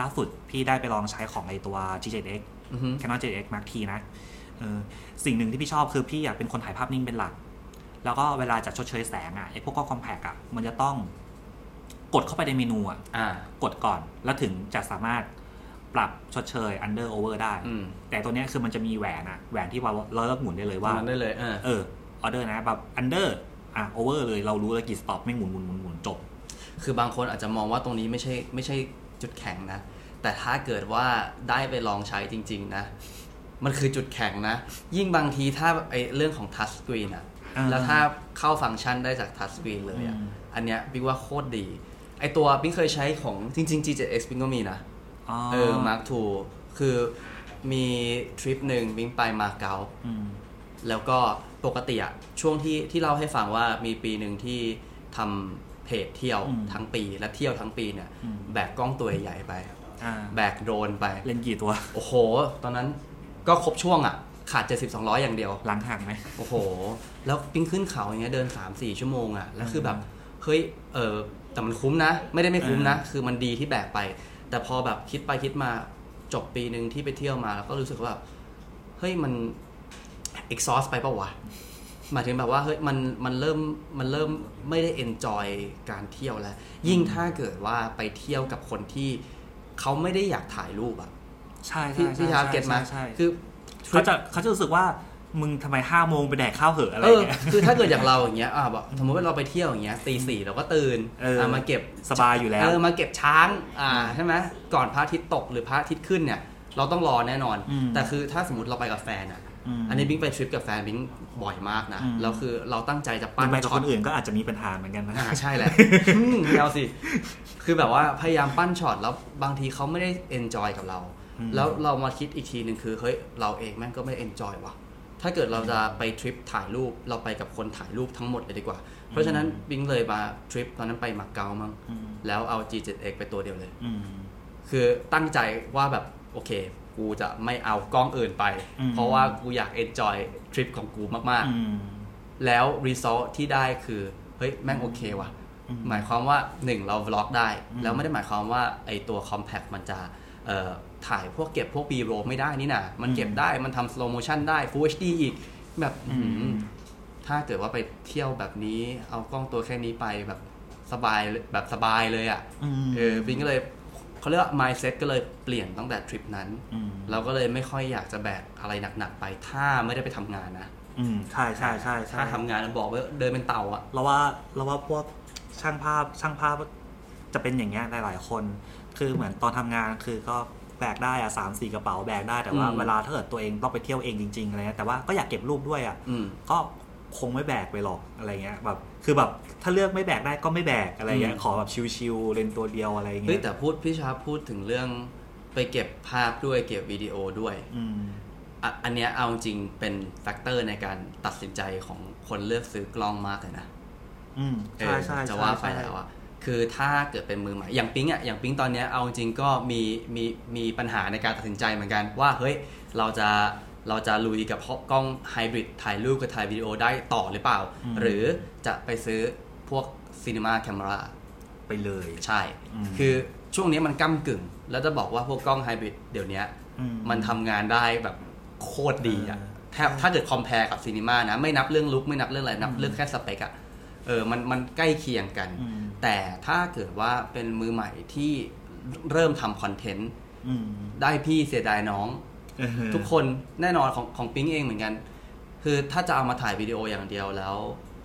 ล่าสุดพี่ได้ไปลองใช้ของไอตัว G7X
อือฮึ
Canon 7X Mark T นะเออสิ่งหนึ่งที่พี่ชอบคือพี่อยากเป็นคนถ่ายภาพนิ่งเป็นหลัก แล้วก็เวลาจะชดเชยแสงอะไอพวกกล้องคอมแพคอะมันจะต้องกดเข้าไปในเมนูอะ
อ่า
กดก่อนแล้วถึงจะสามารถปรับชดเชย under over ได้
อืม
แต่ตัวเนี้ยคือมันจะมีแหวนอะแหวนที่เราเราเลือกหมุนได้เลย
ตอน
ว่า
นั้นได้เลยเออ
เออ order นะแบบ under อ่ะ over เลยเรารู้แล้วกี่ stop ไม่งหมุนหมุนหมุนหมุนจบ
คือบางคนอาจจะมองว่าตรงนี้ไม่ใช่ไม่ใช่จุดแข็งนะ แต่ถ้าเกิดว่าได้ไปลองใช้จริง ๆ นะ มันคือจุดแข็งนะ ยิ่งบางทีถ้าไอเรื่องของทัชสกรีนอะ
อ่า
แล้วถ้าเข้าฟังก์ชันได้จากทัชสกรีนเลยอะ
อืม
อันเนี้ยบิ๊กว่าโคตรดี ไอตัวบิ๊กเคยใช้ของจริง ๆ G7X บิ๊กก็มีนะ เออ Mark II คือมีทริปหนึ่งบิงไปมาเก๊า
อืม
แล้วก็ปกติอะช่วงที่ที่เล่าให้ฟังว่ามีปีหนึ่งที่ทำเพจเที่ยว
อืม
ทั้งปีและเที่ยวทั้งปีเนี่ย
อืม
แบกกล้องตัวใหญ่ไป
อ่า
แบกโดรนไป
เล่นกี่ตัว
โอ้โห ตอนนั้นก็ครบช่วงอะขาด 72 ร้อยอย่างเดียว
หลังห่างไหม
โอ้โห แล้วปิ้งขึ้นเขาอย่างเงี้ยเดิน 3 4 ชั่วโมงอะ่ะ แล้วคือแบบ เฮ้ย เออแต่มันคุ้มนะ ไม่ได้ไม่คุ้มนะ คือมันดีที่แบกไป แต่พอแบบคิดไปคิดมาจบปีหนึ่งที่ไปเที่ยวมา แล้วก็รู้สึกว่าแบบเฮ้ย มัน exhaust ไปปะวะ หมายถึงแบบว่าเฮ้ยมันมันเริ่มมันเริ่มไม่ได้ enjoy การเที่ยวแล้ว ยิ่งถ้าเกิดว่าไปเที่ยวกับคนที่เขาไม่ได้อยากถ่ายรูปอะ
ใช่
พี่พี่ชาร์ป
ใใ
เก็ตมา
ใช่
คือ
เขาจะเขาจะรู้สึกว่ามึงทำไมห้าโมงไปแดกข้าวเหอะอะไร
เออ
เงี้ย
คือถ้าเกิดอย่างเราอย่างเงี้ย อ่าแบบสมมติว่าเราไปเที่ยวอย่างเงี้ยตีสี่เราก็ตื่น
เอออ่
ะมาเก็บ
สบายอยู่แล้ว
เออมาเก็บช้าง อ่า ใช่ไหมก่อนพระอาทิตย์ตกหรือพระอาทิตย์ขึ้นเนี่ย เราต้องรอแน่นอน
อืม
แต่คือถ้าสมมติเราไปกับแฟนอ่ะ
ม
อันนี้บิ๊กไปทริปกับแฟนบิ๊กบ่อยมากนะ
อืม
แล้วคือเราตั้งใจจะ
มั
ปั้
น
น
ไปกับ
ช็อ
ค
ต
นอื่นก็อาจจะมีปัญหาเหมือนกันนะ
อ่าใช่
<laughs>
แหละอืมไม่เอาสิ คือแบบว่าพยายามปั้นช็อตแล้วบางทีเขาไม่ได้เอนจอยกับเรา
อืม
แล้วเรามาคิดอีกทีหนึ่งคือเฮ้ยเราเองแม่งก็ไม่ได้เอนจอยว่ะ ถ้าเกิดเราจะไปทริปถ่ายรูปเราไปกับคนถ่ายรูปทั้งหมดเลยดีกว่า เพราะฉะนั้นบิงเลยมาทริปตอนนั้นไปมาเก๊ามั้ง
อืม
แล้วเอา G7X ไปตัวเดียวเลย
อืม
คือตั้งใจว่าแบบโอเค กูจะไม่เอากล้องอื่นไป
อืม
เพราะว่ากูอยากเอนจอยทริปของกูมากๆ
อืม
แล้ว result ที่ได้คือ เฮ้ย แม่งโอเคว่ะ
อืม
หมายความว่า 1 เรา vlog ได้
อืม
แล้วไม่ได้หมายความว่า ไอตัว compact มันจะเอ่อถ่ายพวกเก็บพวก b roll ไม่ได้นี่นะมันเก็บได้มันทำ slow motion ได้ full hd อีก แบบ
อื
อื้อหื
ม
อถ้าเกิดว่าไปเที่ยวแบบนี้เอากล้องตัวแค่นี้ไปแบบสบายแบบสบายเลยอะ่ะ
อืม
เออปิงก็เลยเขาเรียกว่า mindset ก็เลยเปลี่ยนตั้งแต่ทริปนั้น
อืม
เราก็เลยไม่ค่อยอยากจะแบกอะไรหนักๆไปถ้าไม่ได้ไปทำงานนะ
อืมใช่ใช่ใช่
ถ้า
ใช่
ทำงานบอกว่าเดินเป็นเต่าอ่ะ
เราว่าเราว่าพวกช่างภาพช่างภาพจะเป็นอย่างเงี้ยหลาย ๆ คน คือเหมือนตอนทำงานคือก็แบกได้อะสามสี่กระเป๋าแบกได้แต่ว่า
อืม
เวลาถ้าเกิดตัวเองต้องไปเที่ยวเองจริงๆอะไรเงี้ยแต่ว่าก็อยากเก็บรูปด้วยอะ
อืม
ก็คงไม่แบกไปหรอกอะไรเงี้ยแบบคือแบบถ้าเลือกไม่แบกได้ก็ไม่แบกอะไรเงี้ย
อืม
ขอแบบชิวๆเลนตัวเดียวอะไรเงี้
เฮ้ย
ย
แต่พูดพี่ชาพูดถึงเรื่องไปเก็บภาพด้วยเก็บวิดีโอด้วย
อืม
อ่ะอันเนี้ยเอาจริงเป็นแฟกเตอร์ในการตัดสินใจของคนเลือกซื้อกล้องมากเลยนะ
อืม
เอ
ใช่
อ
ใช่
จะ
ใช่
ว่าไป
ใช่
แล้วอ่ะคือถ้าเกิดเป็นมือใหม่อย่างปิ๊งอ่ะอย่างปิ๊งตอนเนี้ยเอาจริงก็มีมีมีปัญหาในการตัดสินใจเหมือนกันว่าเฮ้ยเราจะเราจะลุยกับกล้องไฮบริดถ่ายรูปกับถ่ายวิดีโอได้ต่อหรือเปล่า หรือจะไปซื้อพวกซีนีมาแคมรา
ไปเลย
ใช่
อืม
คือช่วงนี้มันก้ากึ่ง แล้วจะบอกว่าพวกกล้องไฮบริดเดี๋ยวนี้
อื
มันทำงานได้แบบโคตรดีอะ
เออ
แทบถ้าเกิดคอมเพลกับซีนีมานะ ไม่นับเรื่องลุกไม่นับเรื่องอะไร นับ
อืม
เรื่องแค่สเปกอะเออ มันมันใกล้เคียงกัน
อืม
แต่ถ้าเกิดว่าเป็นมือใหม่ที่เริ่มทำคอนเทนต์
อืม
ได้พี่เสียดายน้อง
เออ
ทุกคนแน่นอนของของปิ๊งเองเหมือนกัน คือถ้าจะเอามาถ่ายวิดีโออย่างเดียวแล้ว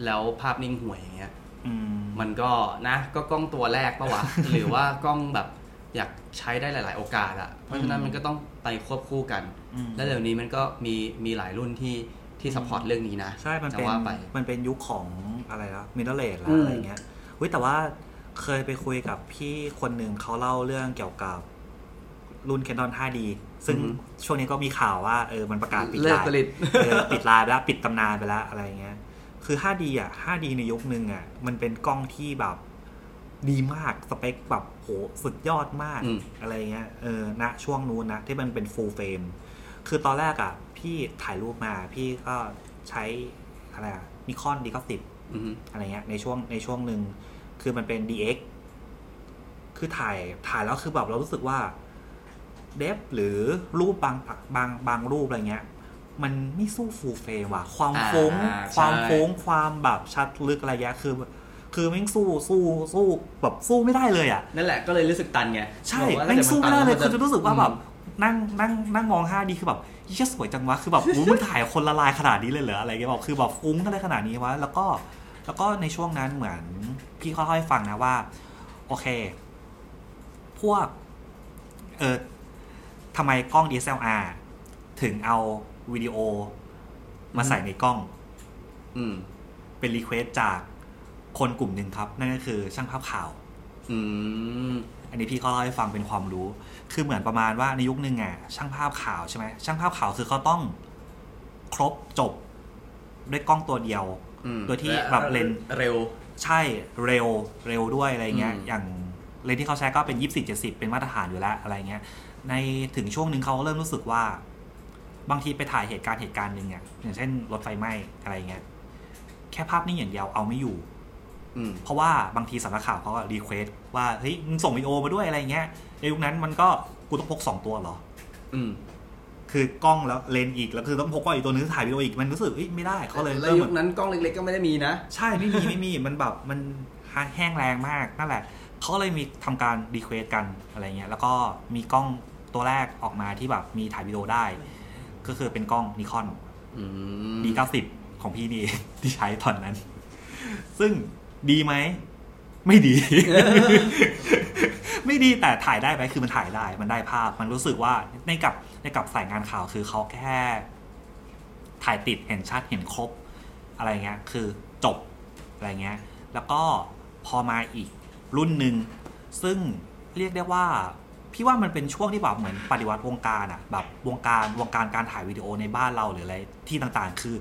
แล้วภาพนิ่งห่วยอย่างเงี้ย
อืม
มันก็นะก็กล้องตัวแรกปะวะ <laughs> หรือว่ากล้องแบบอยากใช้ได้หลาย ๆ โอกาสอะเพราะฉะนั้นมันก็ต้องไปควบคู่กัน
อืม
แล้วเดี๋ยวนี้มันก็มีมีหลายรุ่นที่ ที่สปอร์ตเรื่องนี้นะ
ใช่ มัน
จะ
เป็น
ว่าไป
มันเป็นยุคของอะไรนะมิดเดิลเลดละ
อืม
อะไรเงี้ยเฮ้ยแต่ว่าเคยไปคุยกับพี่คนหนึ่งเขาเล่าเรื่องเกี่ยวกับรุ่น Canon 5D ซึ่งช่วงนี้ก็มีข่าวว่าเออมันประกาศปิด
เลิก
ลาย
ผ
<laughs>
ลิต
เออปิดลายไปแล้วปิดตำนานไปแล้วอะไรเงี้ย คือ 5D อ่ะ 5D ในยุคหนึ่งอ่ะ มันเป็นกล้องที่แบบดีมาก สเปคแบบโหสุดยอดมาก
อืม
อะไรเงี้ย เออณช่วงนู้นนะ ที่มันเป็น full frame คือตอนแรกอ่ะ พี่ถ่ายรูปมาพี่ก็ใช้อะไรอะนิคอนดีก็สิบ
อืม
อะไรเงี้ยในช่วงในช่วงหนึ่งคือมันเป็น DX คือถ่ายถ่ายแล้วคือแบบเรารู้สึกว่า เดฟหรือรูปบางบางบางรูปอะไรเงี้ย มันไม่สู้ฟูลเฟรมว่ะ ความ
อ่า
ฟุ้ง
ใช่
ความฟุ้งความแบบชัดลึกอะไรเงี้ยคือ คือแม่งสู้สู้สู้แบบสู้ไม่ได้เลยอ่ะ
นั่นแหละก็เลยรู้สึกตันไง
ใช่
บอกว่า
แม่ง
ถ้ากิ
สู้
นตั
ไม่
น
ได้เลย
น
คือจะรู้สึกว่าแบบนั่งนั่งนั่งมองห้าดีคือแบบยี่สวยจังวะคือแบบ
<laughs>
โอ้ มันถ่ายคนละลายขนาดนี้เลยเหรออะไรเงี้ยแบบคือแบบฟุ้งอะไรขนาดนี้วะแล้วก็แล้วก็ในช่วงนั้นเหมือน พี่เขาเล่าให้ฟังนะว่า โอเค พวก เออทำไมกล้อง DSLR ถึงเอาวิดีโอ มาใส่ในกล้อง
อืม
เป็นรีเควสจากคนกลุ่มหนึ่งครับ นั่นก็คือช่างภาพข่าว
อืม
อันนี้พี่เขาเล่าให้ฟังเป็นความรู้ คือเหมือนประมาณว่าในยุคนึงอ่ะช่างภาพข่าวใช่ไหมช่างภาพข่าวคือเขาต้องครบจบด้วยกล้องตัวเดียว
อืม
โดยที่แบบเลนส์
เร็ว
ใช่เร็วเร็วด้วยอะไรเงี้ย
อืม
อย่างเลนส์ที่เขาใช้ก็เป็น 24 70 เป็นมาตรฐานอยู่แล้วอะไรเงี้ย ในถึงช่วงหนึ่งเขาเริ่มรู้สึกว่า บางทีไปถ่ายเหตุการณ์เหตุการณ์หนึ่งอ่ะอย่างเช่นรถไฟไหม้อะไรเงี้ยแค่ภาพนิ่งอย่างเดียวเอาไม่อยู่
อืม
เพราะว่าบางทีสำนักข่าวเขารีเควสว่าเฮ้ยมึงส่งวิดีโอมาด้วยอะไรเงี้ยในยุคนั้นมันก็กูต้องพกสองตัวเหรอ
อืม
คือกล้องแล้วเลนส์อีกแล้วคือต้องพกกล้องอีกตัวนึงถ่ายวิดีโออีกมันรู้สึกเอ้ยไม่ได้เขาเลย
แล้ว
เริ่ม
ยุคนั้นกล้องเล็กๆก็ไม่ได้มีนะ
ใช่ไม่มีไม่มีมันแบบมันแห้งแรงมากนั่นแหละเขาเลยมีทำการรีเควสกันอะไรเงี้ยแล้วก็มีกล้องตัวแรกออกมาที่แบบมีถ่ายวิดีโอได้ ก็คือเป็นกล้องนิคอน
อื
ดีเก้าสิบของพี่นี่ <laughs> ที่ใช้ตอนนั้น ซึ่งดีไหม ไม่ดี <laughs> ไม่ดีแต่ถ่ายได้ไหมคือมันถ่ายได้ มันได้ภาพ มันรู้สึกว่าในกับในกับสายงานข่าวคือเขาแค่ ถ่ายติดเห็นชัดเห็นครบ อะไรเงี้ย คือจบอะไรเงี้ย แล้วก็พอมาอีกรุ่นหนึ่ง ซึ่งเรียกได้ว่า พี่ว่ามันเป็นช่วงที่แบบเหมือนปฏิวัติวงการอะแบบวงการวงการการถ่ายวิดีโอในบ้านเราหรืออะไรที่ต่างๆ คือ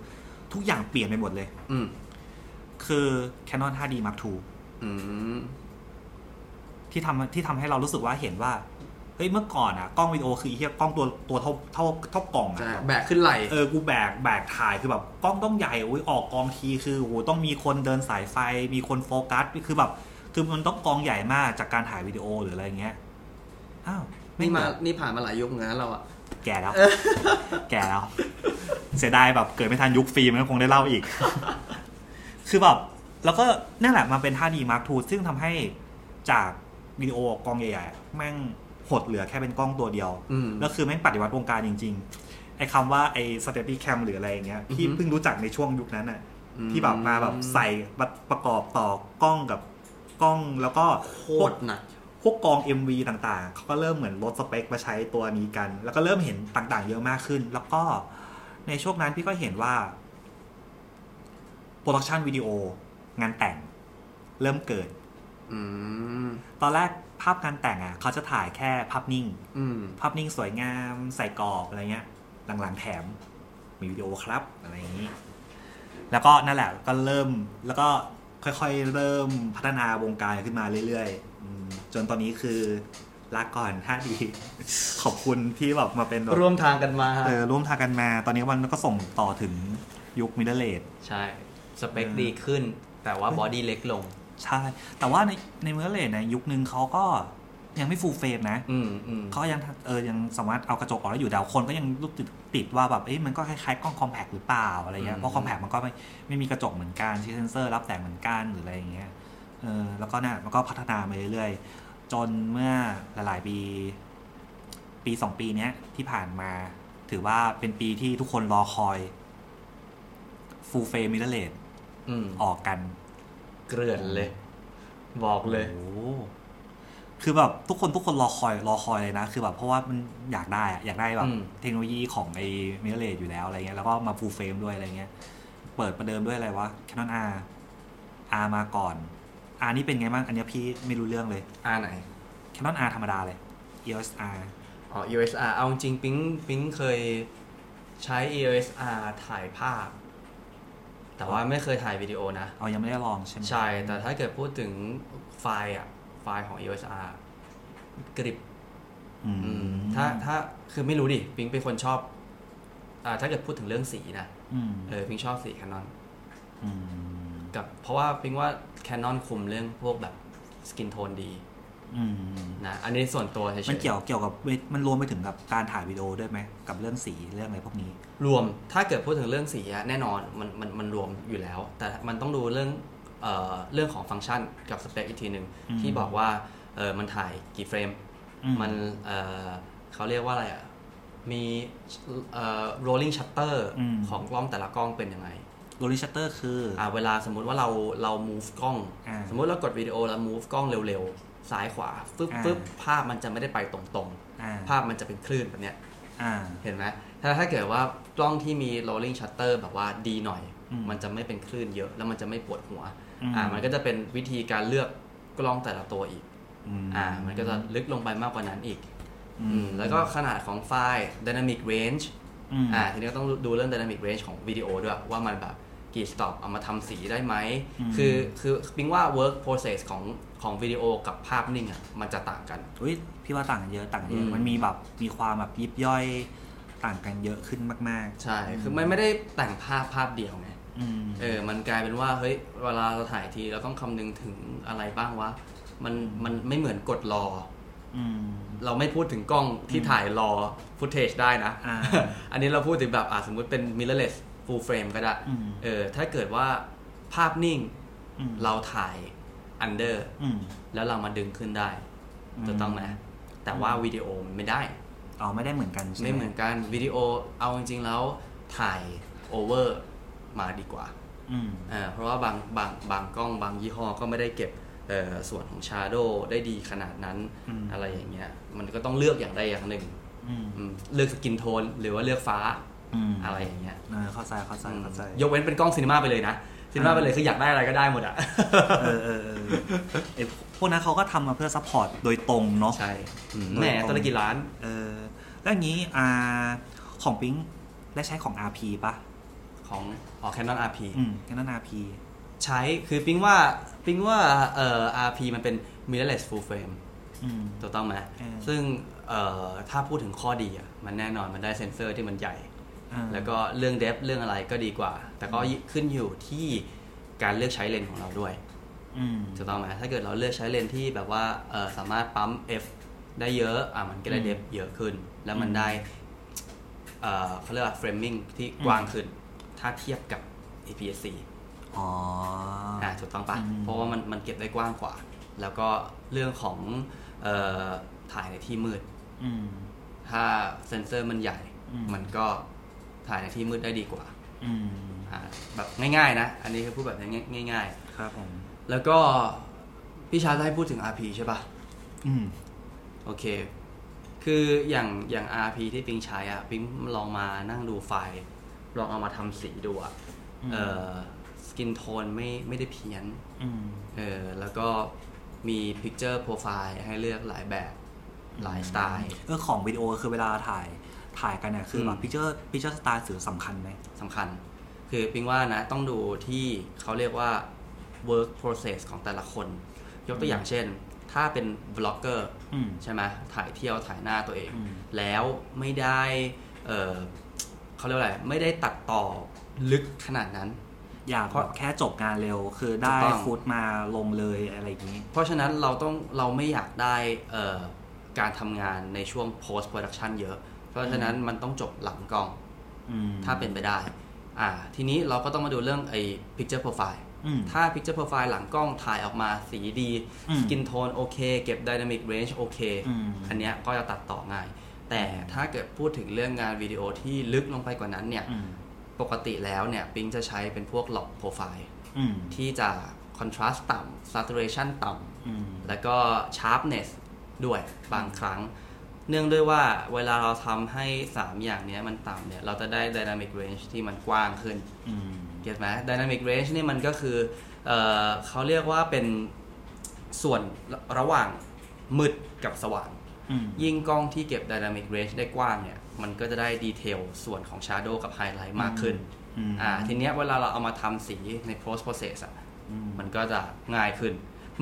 ทุกอย่างเปลี่ยนไปหมดเลย
อืม
คือ Canon 5D Mark II
อืม
ที่ทำที่ทำให้เรารู้สึกว่าเห็นว่า เฮ้ยเมื่อก่อนอะกล้องวิดีโอคือไอเหี้ยกล้องตัวตัวเท่าเท่าเท่ากล่องอะ
ใช่ แบกขึ้นไหล
เออ กูแบก แบกถ่าย คือแบบกล้องต้องใหญ่อุ้ยออกกองทีคือโหต้องมีคนเดินสายไฟ มีคนโฟกัส คือแบบ คือมันต้องกองใหญ่มากจากการถ่ายวิดีโอหรืออะไรเงี้ย อ้าว ไม่
นี่
มา
มา นี่ผ่านมาหลายยุคเหมือนกันนะเราอะ
แก่แล้ว แก่แล้ว เสียดายแบบเกิดไม่ทันยุคฟิล์มก็คงได้เล่าอีก คือแบบ แล้วก็นั่นแหละมาเป็น 5D Mark II ซึ่งทำให้จากวิดีโอกองใหญ่ๆ แม่งหดเหลือแค่เป็นกล้องตัวเดียว
อืม
แล้วคือแม่งปฏิวัติวงการจริง ๆ ไอ้คำว่าไอ้สเตปปี้แคมหรืออะไรอย่างเงี้ยพี่
อือฮึ
เพิ่งรู้จักในช่วงยุคนั้นน่ะ
อื
ที่แบบมาแบบใส่ประประกอบต่อกล้องกับกล้องแล้วก็
โค
พวก
ตรหนัก
พวกกอง MV ต่างๆ เขาก็เริ่มเหมือนลดสเปคมาใช้ตัวนี้กัน แล้วก็เริ่มเห็นต่างๆ เยอะมากขึ้น แล้วก็ในช่วงนั้นพี่ก็เห็นว่าโปรดักชันวิดีโองานแต่งเริ่มเกิด
อืม
ตอนแรกภาพงานแต่งอ่ะเขาจะถ่ายแค่ภาพนิ่ง
อืม
ภาพนิ่งสวยงามใส่กรอบอะไรเงี้ย หลังๆแถมมีวิดีโอครับอะไรอย่างนี้ แล้วก็นั่นแหละก็เริ่มแล้วก็ค่อยๆเริ่มพัฒนาวงการขึ้นมาเรื่อยๆอืมจนตอนนี้คือลาก่อน5้าดี <laughs> ขอบคุณที่แบบมาเป็นแบบ
ร่วมทางกันมา
เออร่วมทางกันมา ตอนนี้มันก็ส่งต่อถึงยุคมิดเดิลเลด
ใช่ สเปคดีขึ้น แต่ว่าบอดี้เล็กลง
ใช่ แต่ว่าในในมิดเดิลเลดนะยุคนึงเขาก็ยังไม่ฟูลเฟรมนะ
อืมอืม
เขายังเออยังสามารถเอากระจกออกได้อยู่แต่คนก็ยังรู้ติดติดว่าแบบเอ้ยมันก็คล้ายๆกล้องคอมแพคหรือเปล่าอะไรเงี้ย
อืม
เพราะคอมแพคมันก็ไม่ไม่มีกระจกเหมือนกันใช้เซนเซอร์รับแสงเหมือนกันหรืออะไรอย่างเงี้ยเออแล้วก็น่ะมันก็พัฒนามาเรื่อยๆ จนเมื่อหลายๆปี ปีสองปีเนี้ยที่ผ่านมา ถือว่าเป็นปีที่ทุกคนรอคอยฟูเฟมิเลต
อืม
ออกกัน
เกลื่อนเลย บอกเลย
โอ้โห คือแบบทุกคนทุกคนรอคอยรอคอยเลยนะ คือแบบเพราะว่ามันอยากได้อะอยากได้แบบ
อืม
เทคโนโลยีของไอ้มิเรเลอยู่แล้วอะไรเงี้ยแล้วก็มาฟูลเฟรมด้วยอะไรเงี้ย เปิดประเดิมด้วยอะไรวะ Canon R R มาก่อน R นี่เป็นไงบ้างอันเนี้ยพี่ไม่รู้เรื่องเลย
อ่าไหน
Canon R ธรรมดาเลย EOS R
อ๋อ EOSR เอาจริงๆปิ๊งปิ๊งเคยใช้ EOSR ถ่ายภาพ แต่ว่าไม่เคยถ่ายวิดีโอนะ
เอายังไม่ได้ลองใช่ไหม
ใช่ แต่ถ้าเกิดพูดถึงไฟล์อะไฟล์ของ EOSR กริบ
อืม
ถ้าถ้าคือไม่รู้ดิ ปิ๊งเป็นคนชอบอ่าถ้าเกิดพูดถึงเรื่องสีนะ
อืม
เออ ปิ๊งชอบสี Canon
อืม
กับ เพราะว่าปิ๊งว่า Canon คุมเรื่องพวกแบบสกินโทนดี
อืม
นะ อันนี้ส่วนตัวเฉยๆ
มันเกี่ยวเกี่ยวกับมันรวมไปถึงกับการถ่ายวิดีโอด้วยไหมกับเรื่องสีเรื่องอะไรพวกนี้
รวมถ้าเกิดพูดถึงเรื่องสีอะแน่นอนมันมันมันรวมอยู่แล้ว แต่มันต้องดูเรื่องเอ่อเรื่องของฟังก์ชันกับสเปคอีกทีหนึ่ง
อืม
ที่บอกว่าเออมันถ่ายกี่เฟรม
อืม
มันเออเขาเรียกว่าอะไรอะมีเอ่อ rolling shutter ของกล้องแต่ละกล้องเป็นยังไง
โรลิชัตเตอร์คืออ
อ่าเวลาสมมุติว่าเราเรา move กล้อง
อ่า
สมมุติเรากดวิดีโอแล้ว move กล้องเร็วๆ ซ้ายขวาฟึบ
อ่า
ฟึบภาพมันจะไม่ได้ไปตรง
อ่า
ๆ ภาพมันจะเป็นคลื่นแบบเนี้ย
อ่า
เห็นไหมถ้าถ้าเกิดว่ากล้องที่มี rolling shutter แบบว่าดีหน่อย
อืม
มันจะไม่เป็นคลื่นเยอะ แล้วมันจะไม่ปวดหัว
อืม
อ่า มันก็จะเป็นวิธีการเลือกกล้องแต่ละตัวอีก
ม
อ่า มันก็จะลึกลงไปมากกว่านั้นอีก
อืม
อืม แล้วก็ขนาดของไฟล์ dynamic range
ม
อ่า ทีนี้ก็ต้องดูเรื่อง dynamic range ของวิดีโอด้วยว่ามันแบบกี่ stop เอามาทำสีได้ไหม
อืม
คือคือปิงว่า work process ของของวิดีโอกับภาพนิ่งอ่ะ มันจะต่างกัน
เฮ้ยพี่ว่าต่างกันเยอะต่างกันเย
อื
อะ
ม
มันมีแบบมีความแบบยิบย่อยต่างกันเยอะขึ้นมาก
ใช่ คือมันไม่ได้แต่งภาพภาพเดียวไง
ๆ อืม
เออ มันกลายเป็นว่า เฮ้ย เวลาเราถ่ายทีเราต้องคำนึงถึงอะไรบ้างวะ มัน มันไม่เหมือนกดรอ
อืม
เราไม่พูดถึงกล้องที่ถ่ายรอฟุตเทจได้นะ
อ่า
อันนี้เราพูดถึงแบบอ่ะสมมุติเป็น mirrorless full frame ก็ได้
อืม
เออ ถ้าเกิดว่าภาพนิ่ง
อืม
เราถ่าย under
อืม
แล้วเรามาดึงขึ้นได้
อืม
ถูกต้องไหมแต่ว่าวิดีโอมันไม่ได้
อ๋อไม่ได้เหมือนกันใช่ไหม
ไม่เหมือนกันวิดีโอเอาจริงๆแล้วถ่าย over มาดีกว่า
อืม
อ่าเพราะว่าบางบางบางกล้องบางยี่ห้อก็ไม่ได้เก็บเอ่อส่วนของชาร์โดได้ดีขนาดนั้น
อืม
อะไรอย่างเงี้ยมันก็ต้องเลือกอย่างใดอย่างหนึ่ง
อืม
อืมเลือกสกินโทนหรือว่าเลือกฟ้า
อืม
อะไรอย่างเงี้ย
เออเข้าใจเข้าใจเข้าใจ
ยกเว้นเป็นกล้องซีนีมาไปเลยนะซีนีมา
อ่า
ไปเลยคืออยากได้อะไรก็ได้หมดอ่ะ
เออเออเออไอพวกนั้นเขาก็ทำมาเพื่อซัพพอร์ตโดยตรงเนาะ
ใช่อืม
โดยตรง
แหมตัวละกี่ล้าน
เออแล้วอย่างนี้อ่าของปิ๊งได้ใช้ของ RP ปะ
ของออแคนนอน RP
อืมแค่นั้น RP
ใช้คือปิ๊งว่าปิ๊งว่าเอ่อ RP มันเป็น mirrorless full frame
อืม
ถูกต้องไหม
อืม
ซึ่งเอ่อถ้าพูดถึงข้อดีอ่ะมันแน่นอนมันได้เซ็นเซอร์ที่มันใหญ่
อ่า
แล้วก็เรื่องเดฟเรื่องอะไรก็ดีกว่า แต่ก็ขึ้นอยู่ที่การเลือกใช้เลนส์ของเราด้วย
อืม
ถูกต้องไหมถ้าเกิดเราเลือกใช้เลนส์ที่แบบว่าเอ่อสามารถปั๊ม F ได้เยอะอ่ะมันก็ได้
อืม
เดฟเยอะขึ้น แล้วมัน
อืม
ได้เอ่อเขาเรียกว่าเฟรมมิ่งที่
อืม
กว้างขึ้น ถ้าเทียบกับ APS-C
อ๋ออ
อ่าถูกต้องปะ
อืม
เพราะว่ามันมันเก็บได้กว้างกว่า แล้วก็เรื่องของเอ่อถ่ายในที่มืด
อืม
ถ้าเซ็นเซอร์มันใหญ่
อืม
มันก็ถ่ายในที่มืดได้ดีกว่า
อืม
อ่าแบบง่ายๆนะ อันนี้คือพูดแบบง่ายง่าย
ครับผม
ๆ แล้วก็พี่ชาร์ได้พูดถึง RP ใช่ปะ่ะ
อืม
โอเค คืออย่างอย่าง RP ที่ปิงใช้อะปิงลองมานั่งดูไฟล์ ลองเอามาทำสีดูอะ
อืม
เออสกินโทนไม่ไม่ได้เพี้ยน
อืม
เออแล้วก็มี Picture Profile ให้เลือกหลายแบบหลายสไตล์
เออของวิดีโอคือเวลาถ่ายถ่ายกันเนี่ยคืออ
ม
แบบพิเจอร์พิเจอร์สไตล์สื่อสำคัญไหม
สำคัญ คือปิงว่านะ ต้องดูที่เขาเรียกว่า work process ของแต่ละคน ยกตัวอย่างเช่น ถ้าเป็นบล็อกเกอร์
อืม
ใช่ไหมถ่ายเที่ยวถ่ายหน้าตัวเอง
อืม
แล้วไม่ได้เออเขาเรียกว่าอะไร ไม่ได้ตัดต่อลึกขนาดนั้น
อยาก
เพ
แบ
ราะ
บแค่จบงานเร็ว คือได้
ถูกต้อง
ฟุตมาลงเลยอะไรอย่างนี้
เพราะฉะนั้นเราต้องเราไม่อยากได้เอ่อการทำงานในช่วง post production เยอะ เพราะฉะนั้นมันต้องจบหลังกล้อง
อืม
ถ้าเป็นไปได้ อ่า ทีนี้เราก็ต้องมาดูเรื่องไอ้ picture profile
อืม
ถ้า Picture Profile หลังกล้องถ่ายออกมาสีดี
อืม
สกินโทนโอเค เก็บ Dynamic Range โอเค
อืม
อันเนี้ยก็จะตัดต่อง่าย แต่ถ้าเกิดพูดถึงเรื่องงานวิดีโอที่ลึกลงไปกว่านั้นเนี่ย
อืม
ปกติแล้วเนี่ย ปิงจะใช้เป็นพวก Log Profile
อืม
ที่จะ Contrast ต่ำ Saturation ต่
อืม
ำ แล้วก็ Sharpness ด้วยบางครั้ง เนื่องด้วยว่าเวลาเราทำให้ 3 อย่างเนี้ยมันต่ำเนี่ย เราจะได้ dynamic range ที่มันกว้างขึ้น
อืม
เก็ตไหม dynamic range เนี่ยมันก็คือเออเขาเรียกว่าเป็นส่วนระหว่างมืดกับสว่าง
อืม
ยิ่งกล้องที่เก็บ dynamic range ได้กว้างเนี่ย มันก็จะได้ดีเทลส่วนของ shadow กับ highlight มากขึ้น
อืม
อ่า ทีเนี้ยเวลาเราเอามาทำสีใน post process อ่ะ
อืม
มันก็จะง่ายขึ้น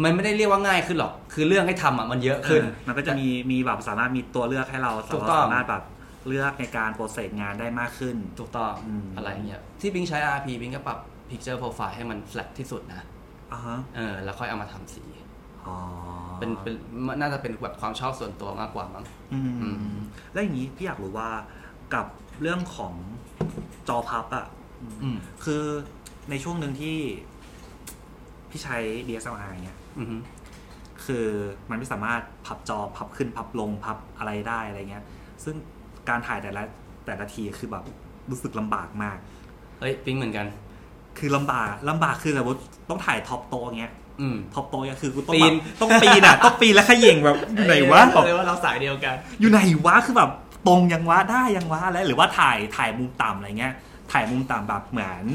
มันไม่ได้เรียกว่าง่ายขึ้นหรอก คือเรื่องให้ทำอ่ะมันเยอะขึ้น
เออมันก็จะมีมีแบบสามารถมีตัวเลือกให้เรา
ถูกต้อง
สามารถแบบเลือกในการโปรเซสงานได้มากขึ้น
ถูกต้อง
อืม
อะไรอย่างเงี้ย ที่บิงใช้ RP บิงก็ปรับ picture profile ให้มัน flat ที่สุดนะ
อ่าฮะ
เออ แล้วค่อยเอามาทำสี
อ๋อ
เป็นเป็นมันน่าจะเป็นแบบความชอบส่วนตัวมากกว่ามั้ง
อืม
อืม
แล้วอย่างนี้พี่อยากรู้ว่ากับเรื่องของจอพับอ่ะ
อืม
คือในช่วงหนึ่งที่พี่ใช้ DSLR เนี่ย
อือฮึ
คือมันไม่สามารถพับจอพับขึ้นพับลงพับอะไรได้อะไรเงี้ย ซึ่งการถ่ายแต่ละแต่ละทีคือแบบรู้สึกลำบากมาก
เฮ้ยปิ๊งเหมือนกัน
คือลำบากลำบากคือสมมติต้องถ่ายท็อปโตะเงี้ย
อืม
ท็อปโตะเนี่ยคือกูต้อง
ปีน
แบบต้องปีน
<laughs>
อ่ะ ต้องปีนแล้วเขย่งแบบอยู่ไหนวะแบบ
เลยว่าเราสายเดียวกัน
อยู่ไหนวะคือแบบตรงยังวะได้ยังวะแล้วหรือว่าถ่ายถ่ายมุมต่ำอะไรเงี้ย ถ่ายมุมต่ำแบบเหมือน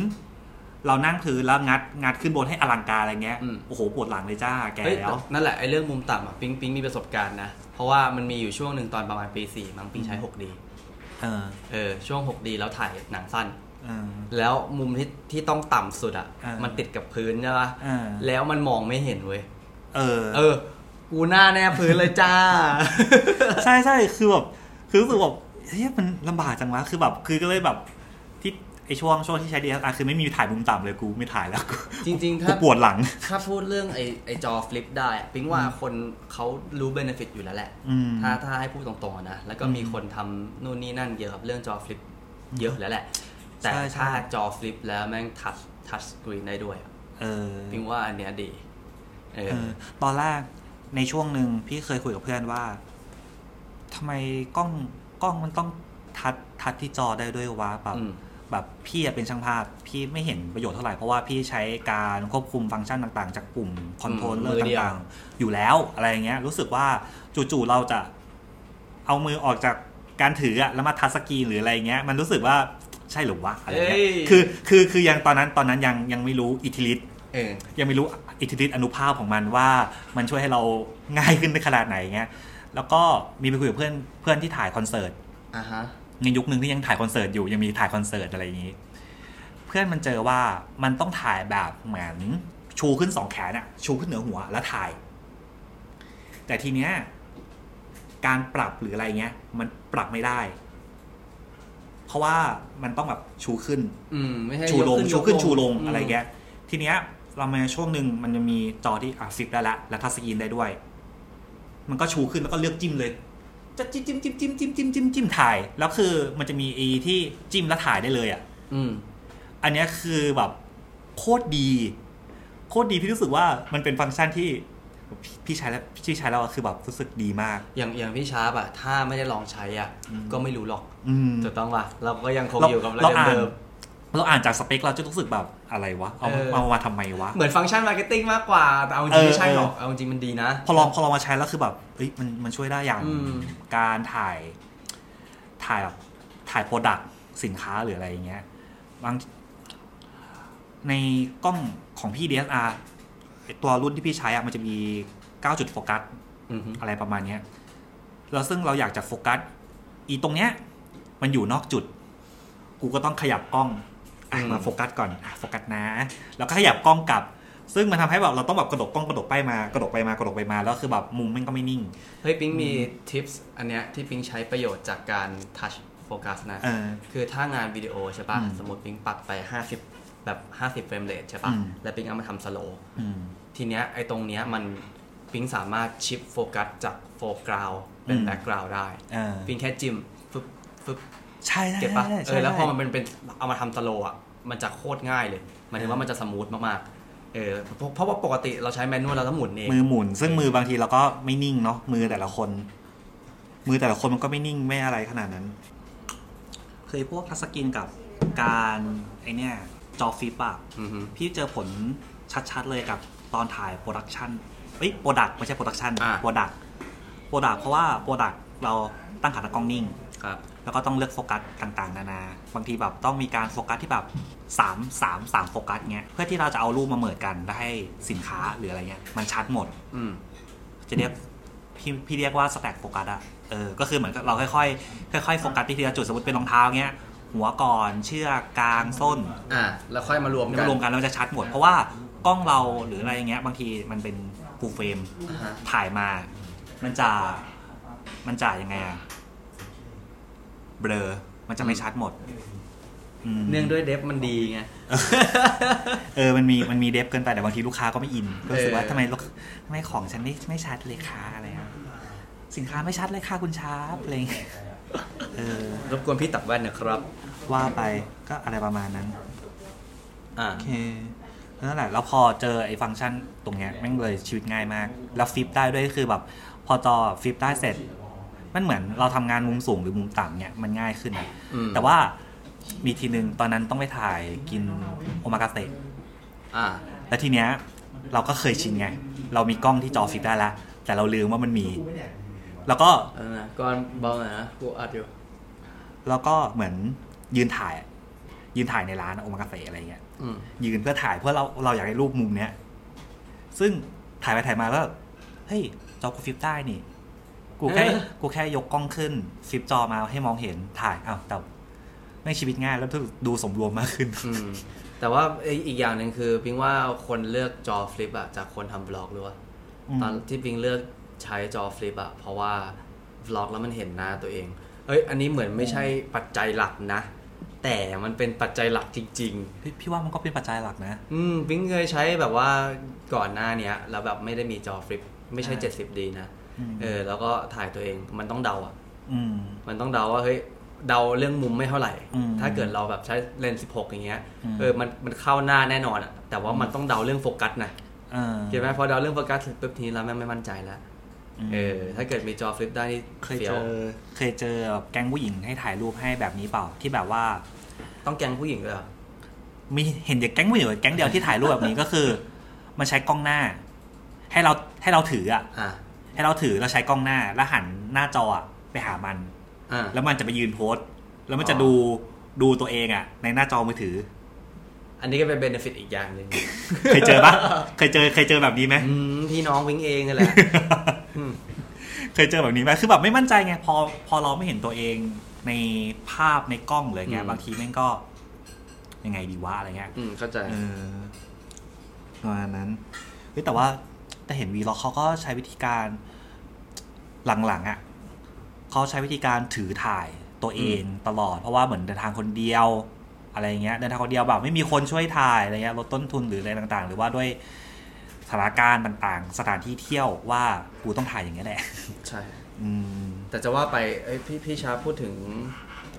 เรานั่งพื้นแล้วงัดงัดขึ้นบนให้อลังการอะไรเงี้ย
อืม
โอ้โหปวดหลังเลยจ้าแก
เฮ้ย
แล้ว
นั่นแหละไอ้เรื่องมุมต่ำอ่ะปิ๊งปิ๊งมีประสบการณ์นะ เพราะว่ามันมีอยู่ช่วงหนึ่งตอนประมาณปีสี่มั้งปิ๊งใช้ 6D
เออ
เออ ช่วง 6D แล้วถ่ายหนังสั้น
เออ
แล้วมุมที่ที่ต้องต่ำสุดอ่ะ
อ่ามั
มันติดกับพื้นใช่ปะ
เออ
แล้วมันมองไม่เห็นเว้ย
เออ
เออ กูหน้าแนบพื้นเลย
<laughs>
จ้า
ใช่ใช่คือแบบคือรู้สึกแบบเฮ้ยมันลำบากจังวะคือแบบคือก็เลยแบบที่ไอช่วงช่วงที่ใช้ DSLR คือไม่มีถ่ายมุมต่ำเลยกูไม่ถ่ายแล้วกู
จริง ๆ
กู
ถ้า
ปวดหลัง
ถ้าพูดเรื่องไอ้ไอ้จอฟลิปได้อะปิ๊งว่าคนเขารู้เบนฟิตอยู่แล้วแหละ
อืม
ถ้าถ้าให้พูดตรงๆอะนะ แล้วก็มี
อืม
คนทำนู่นนี่นั่นเกี่ยวกับเรื่องจอฟลิปเยอะแล้วแหละ แต่
ใช่ใช่
ถ้าจอฟลิปแล้วแม่งทัชทัชสกรีนได้ด้วยอะ
เออ
ปิ๊งว่าอันเนี้ยดีเออ
เออ ตอนแรกในช่วงหนึ่งพี่เคยคุยกับเพื่อนว่าทำไมกล้องกล้องมันต้องทัดทัดที่จอได้ด้วยวะแบบ
อืม
แบบพี่อะเป็นช่างภาพพี่ไม่เห็นประโยชน์เท่าไหร่เพราะว่าพี่ใช้การควบคุมฟังก์ชันต่างๆ จากปุ่มคอนโทรลเล
มื
อ
อ
ร์
เดียว
ต่างๆ อยู่แล้วอะไรอย่างเงี้ย รู้สึกว่าจู่ๆเราจะ เอามือออกจากการถืออะแล้วมาทัชสกรีนหรืออะไรเงี้ย มันรู้สึกว่าใช่หรือวะอะไรเงี้ย
เอ้ย
คือคือคือยังตอนนั้นตอนนั้นยังยังไม่รู้อิทธิฤทธิ
เออ
ยังไม่รู้อิทธิฤทธิ์อนุภาพของมันว่ามันช่วยให้เราง่ายขึ้นในขนาดไหนเงี้ย แล้วก็มีไปคุยกับเพื่อนเพื่อนที่ถ่ายคอนเสิร์ต
อ่ะฮะ
ในยุคหนึ่งที่ยังถ่ายคอนเสิร์ตอยู่ยังมีถ่ายคอนเสิร์ตอะไรอย่างนี้ เพื่อนมันเจอว่ามันต้องถ่ายแบบเหมือนชูขึ้นสองแขนอะชูขึ้นเหนือหัวแล้วถ่าย แต่ทีเนี้ยการปรับหรืออะไรเงี้ย มันปรับไม่ได้ เพราะว่ามันต้องแบบชูขึ้น
อืม ไม่ใช่
ชูลง
ยก
ชูขึ้น
ยก
ชูลง
ม
อะไรเงี้ย ทีเนี้ยเรามาช่วงหนึ่งมันจะมีจอที่อ่ะฟิปได้ละแล้วทัชสกรีนได้ด้วย มันก็ชูขึ้นแล้วก็เลือกจิ้มเลย จะจิ้มจิ้มจิ้มจิ้มจิ้มจิ้มจิ้มจิ้มถ่าย แล้วคือมันจะมีอีที่จิ้มแล้วถ่ายได้เลยอ่ะ
อืม
อันเนี้ยคือแบบโคตรดี โคตรดีพี่รู้สึกว่ามันเป็นฟังก์ชันที่พี่พี่ใช้แล้วพี่ใช้แล้วอะคือแบบรู้สึกดีมาก
อย่างอย่างพี่ชาร์ปอะถ้าไม่ได้ลองใช้อะ
อืม
ก็ไม่รู้หรอก
อืม
ถูกต้องป่ะเราก็ยังคง
เรา
อยู่กับ
เราอ่าน
เดิม
เราอ่านจากสเปคเราจะรู้สึกแบบอะไรวะเอามา
เออ
เอามาทำไมวะ
เหมือนฟังก์ชันมาร์เก็ตติ้งมากกว่าแต่เอาจริงๆไม่ใช่หรอก
เออ
เอาจริงมันดีนะ
พอลองพอลองมาใช้แล้วคือแบบเอ้ยมันมันช่วยได้อย่าง
อืม
การถ่ายถ่ายแบบถ่ายโปรดักสินค้าหรืออะไรอย่างเงี้ยบางในกล้องของพี่ DSLR ไอ้ตัวรุ่นที่พี่ใช้อะมันจะมี 9 จุดโฟกัส
อือฮึ
อะไรประมาณเนี้ยแล้วซึ่งเราอยากจะโฟกัส อีตรงเนี้ย มันอยู่นอกจุด กูก็ต้องขยับกล้องอ่ะ
อืม
มาโฟกัสก่อนอ่ะโฟกัสนะ แล้วก็ขยับกล้องกลับ ซึ่งมันทำให้แบบเราต้องแบบกระดกกล้องกระดกไปมากระดกไปมากระดกไปมาแล้วคือแบบมุมมันก็ไม่นิ่ง
เฮ้ยปิงมีทิปส์อันเนี้ยที่ปิงใช้ประโยชน์จากการทัชโฟกัสนะ
เออ
คือถ้างานวิดีโอใช่ป่ะ
อืม
สมมติปิงปัดไป 50 แบบ 50 เฟรมเรทใช่ป่ะ
อืม
แล้วปิงเอามาทำสโลว์
อืม
ทีเนี้ยไอ้ตรงเนี้ยมันปิงสามารถชิปโฟกัสจากโฟกราวเป็น
อืม
แบ็กกราวได้
เออ
ปิงแค่จิ้มฟึบฟึบ
ใช่ใช่
เก็บปะ
ใช่
เอ
ใช่
อแล้วพอมัน
ใช่
เป็นเป็นเอามาทำสโลว์อ่ะ มันจะโคตรง่ายเลยหมายถึงว่ามันจะสมูทมากๆ เออเพราะเพราะว่าปกติเราใช้แมนนวลเราต้องหมุนเอง
มือหมุน ซึ่งมือบางทีเราก็ไม่นิ่งเนาะมือแต่ละคน มือแต่ละคนมันก็ไม่นิ่งไม่อะไรขนาดนั้น เคยพวกทัชสกรีนกับการไอเนี่ย จอฟิปอะ
อือฮึ
พี่เจอผลชัดๆเลยกับตอนถ่ายโปรดักชันเอ้ยโปรดักไม่ใช่โปรดักชันโปรดักโป รดักเพราะว่าโปรดักเราตั้งขาตากล้องนิ่ง
ครับ
แล้วก็ต้องเลือกโฟกัสต่างๆ นานา บางทีแบบต้องมีการโฟกัสที่แบบ3 3 3โฟกัสเงี้ย เพื่อที่เราจะเอารูปมาเหมิดกันได้ให้สินค้าหรืออะไรเงี้ย มันชัดหมด
อืม
จะเรียกพี่พี่เรียกว่าสแต็กโฟกัสอะเออ ก็คือเหมือนกับเราค่อยๆ ค่อยๆ โฟกัสที่ทีละจุด สมมติเป็นรองเท้าเงี้ย หัวก่อน เชือกกลางส้น
อ่า แล้วค่อยมารวม
มัน
กัน
รวมกันแล้วมันจะชัดหมด เพราะว่ากล้องเราหรืออะไรอย่างเงี้ยบางทีมันเป็นฟูลเฟรม
อ่าฮะ
ถ่ายมา มันจะ มันจะยังไงอะเบลอ มันจะไม่ชัดหมดม
เนื่องด้วยเดฟมันดีไง
เออมันมีมันมีเดฟเกินไปแต่บางทีลูกค้าก็ไม่อินก็รู้สึกว่า
เออ
ทำไมลูกทำไมของฉันไม่ไม่ชัดเลยค่ะอะไรอะสินค้าไม่ชัดเลยค่ะคุณชาร์ปอะไรอย่างเงี้ยเออ
รบกวนพี่ตักแว่นนะครับ
ว่าไปก็อะไรประมาณนั้น
อ่า
โอเคนั่นแหละ แล้วพอเจอไอ้ฟังก์ชันตรงเนี้ยแม่งเลยชีวิตง่ายมาก แล้วฟลิปได้ด้วยคือแบบ พอจอฟลิปได้เสร็จ มันเหมือนเราทำงานมุมสูงหรือมุมต่ำเนี่ยมันง่ายขึ้นนะ
อืม
แต่ว่ามีทีนึงตอนนั้นต้องไปถ่ายกินโอมากาเสะ
อ่า
แล้วทีเนี้ยเราก็เคยชินไง เรามีกล้องที่จอฟลิปได้แล้ว แต่เราลืมว่ามันมี แล้วก็
เออนะก่อนเบาหน่อยนะกูอัดอยู่
แล้วก็เหมือนยืนถ่าย ยืนถ่ายในร้านโอมากาเสะอะไรเงี้ย
อืม
ยืนเพื่อถ่ายเพื่อเราเราอยากได้รูปมุมเนี้ย ซึ่งถ่ายไปถ่ายมาแล้วเฮ้ยจอกูฟลิปได้นี่ กูแค่
เออ
กูแค่ยกกล้องขึ้นฟลิปจอมาให้มองเห็นถ่ายอ้าวแต่ไม่งชีวิตง่ายแล้วดูสมรวมมากขึ้น
อืม แต่ว่าไอ้อีกอย่างหนึ่งคือพิงว่าคนเลือกจอฟลิปอะจากคนทำบล็อกหรือว่า
อืม
ตอนที่พิงเลือกใช้จอฟลิปอะเพราะว่าบล็อกแล้วมันเห็นหน้าตัวเอง เอ้ย อันนี้เหมือนไม่ใช่ปัจจัยหลักนะ แต่มันเป็นปัจจัยหลักจริง ๆ
พี่พี่ว่ามันก็เป็นปัจจัยหลักนะ
อืมพิงเคยใช้แบบว่าก่อนหน้าเนี้ยแล้วแบบไม่ได้มีจอฟลิปไม่ใช่
อ่า
70 ดีนะ
อืม
เออแล้วก็ถ่ายตัวเองมันต้องเดาอ่ะ
อืม
มันต้องเดาว่าเฮ้ยเดาเรื่องมุมไม่เท่าไหร่
อืม
ถ้าเกิดเราแบบใช้เลนส์16 อย่างเงี้ย
อืม
เออมันมันเข้าหน้าแน่นอนอ่ะแต่ว่ามันต้องเดาเรื่องโฟกัสนะ
อ่า
เก็ตไหมพอเดาเรื่องโฟกัสเสร็จปุ๊บทีนี้เราแม่งไม่มั่นใจแล้ว
อืม
เออถ้าเกิดมีจอฟลิปได้นี่
เคย
ฟี้
เจ
ว
อเคยเจอแก๊งผู้หญิงให้ถ่ายรูปให้แบบนี้เปล่าที่แบบว่า
ต้องแกงผู้หญิงเลยเหรอ
มีเห็นเด็กแก๊งผู้หญิงแก๊งเดียวที่ถ่ายรูปแบบนี้ก็คือ มันใช้กล้องหน้า ให้เราให้เราถืออะ
อ่ะ
ให้เราถือเราใช้กล้องหน้าแล้วหันหน้าจออะไปหามัน
อ่ะ
แล้วมันจะไปยืนโพสต์แล้วมันจะ
อ๋อ
ดูดูตัวเองอะในหน้าจอมือถือ
อันนี้ก็เป็นเบนฟิตอีกอย่างหนึ่ง
เคยเจอ
<laughs>
ปะเคยเจอเคยเจอแบบนี้ไหม
อืมพี่น้องวิงเองนั่นแหละ อืม
เคยเจอแบบนี้ไหมคือแบบไม่มั่นใจไงพอพอเราไม่เห็นตัวเองในภาพในกล้องเลยไง
อืม
บางทีแม่งก็ ยังไงดีวะอะไร <laughs> เงี้ย
อืมเข้าใจ
เออประมาณนั้นเฮ้ยแต่ว่าแต่เห็นวีล็อกเขาก็ใช้วิธีการหลังๆอะ่ะเขาใช้วิธีการถือถ่ายตัวเองตลอด เพราะว่าเหมือนเดินทางคนเดียว อะไรอย่างเงี้ยเดินทางคนเดียวแบบไม่มีคนช่วยถ่ายอะไรเงี้ยลดต้นทุนหรืออะไรต่างๆ หรือว่าด้วยสถานการณ์ต่างๆ สถานที่เที่ยวว่ากูต้องถ่ายอย่างเงี้ยแหละ
ใช่
อืม
แต่จะว่าไปเอ้ยพี่พี่ชาพูดถึง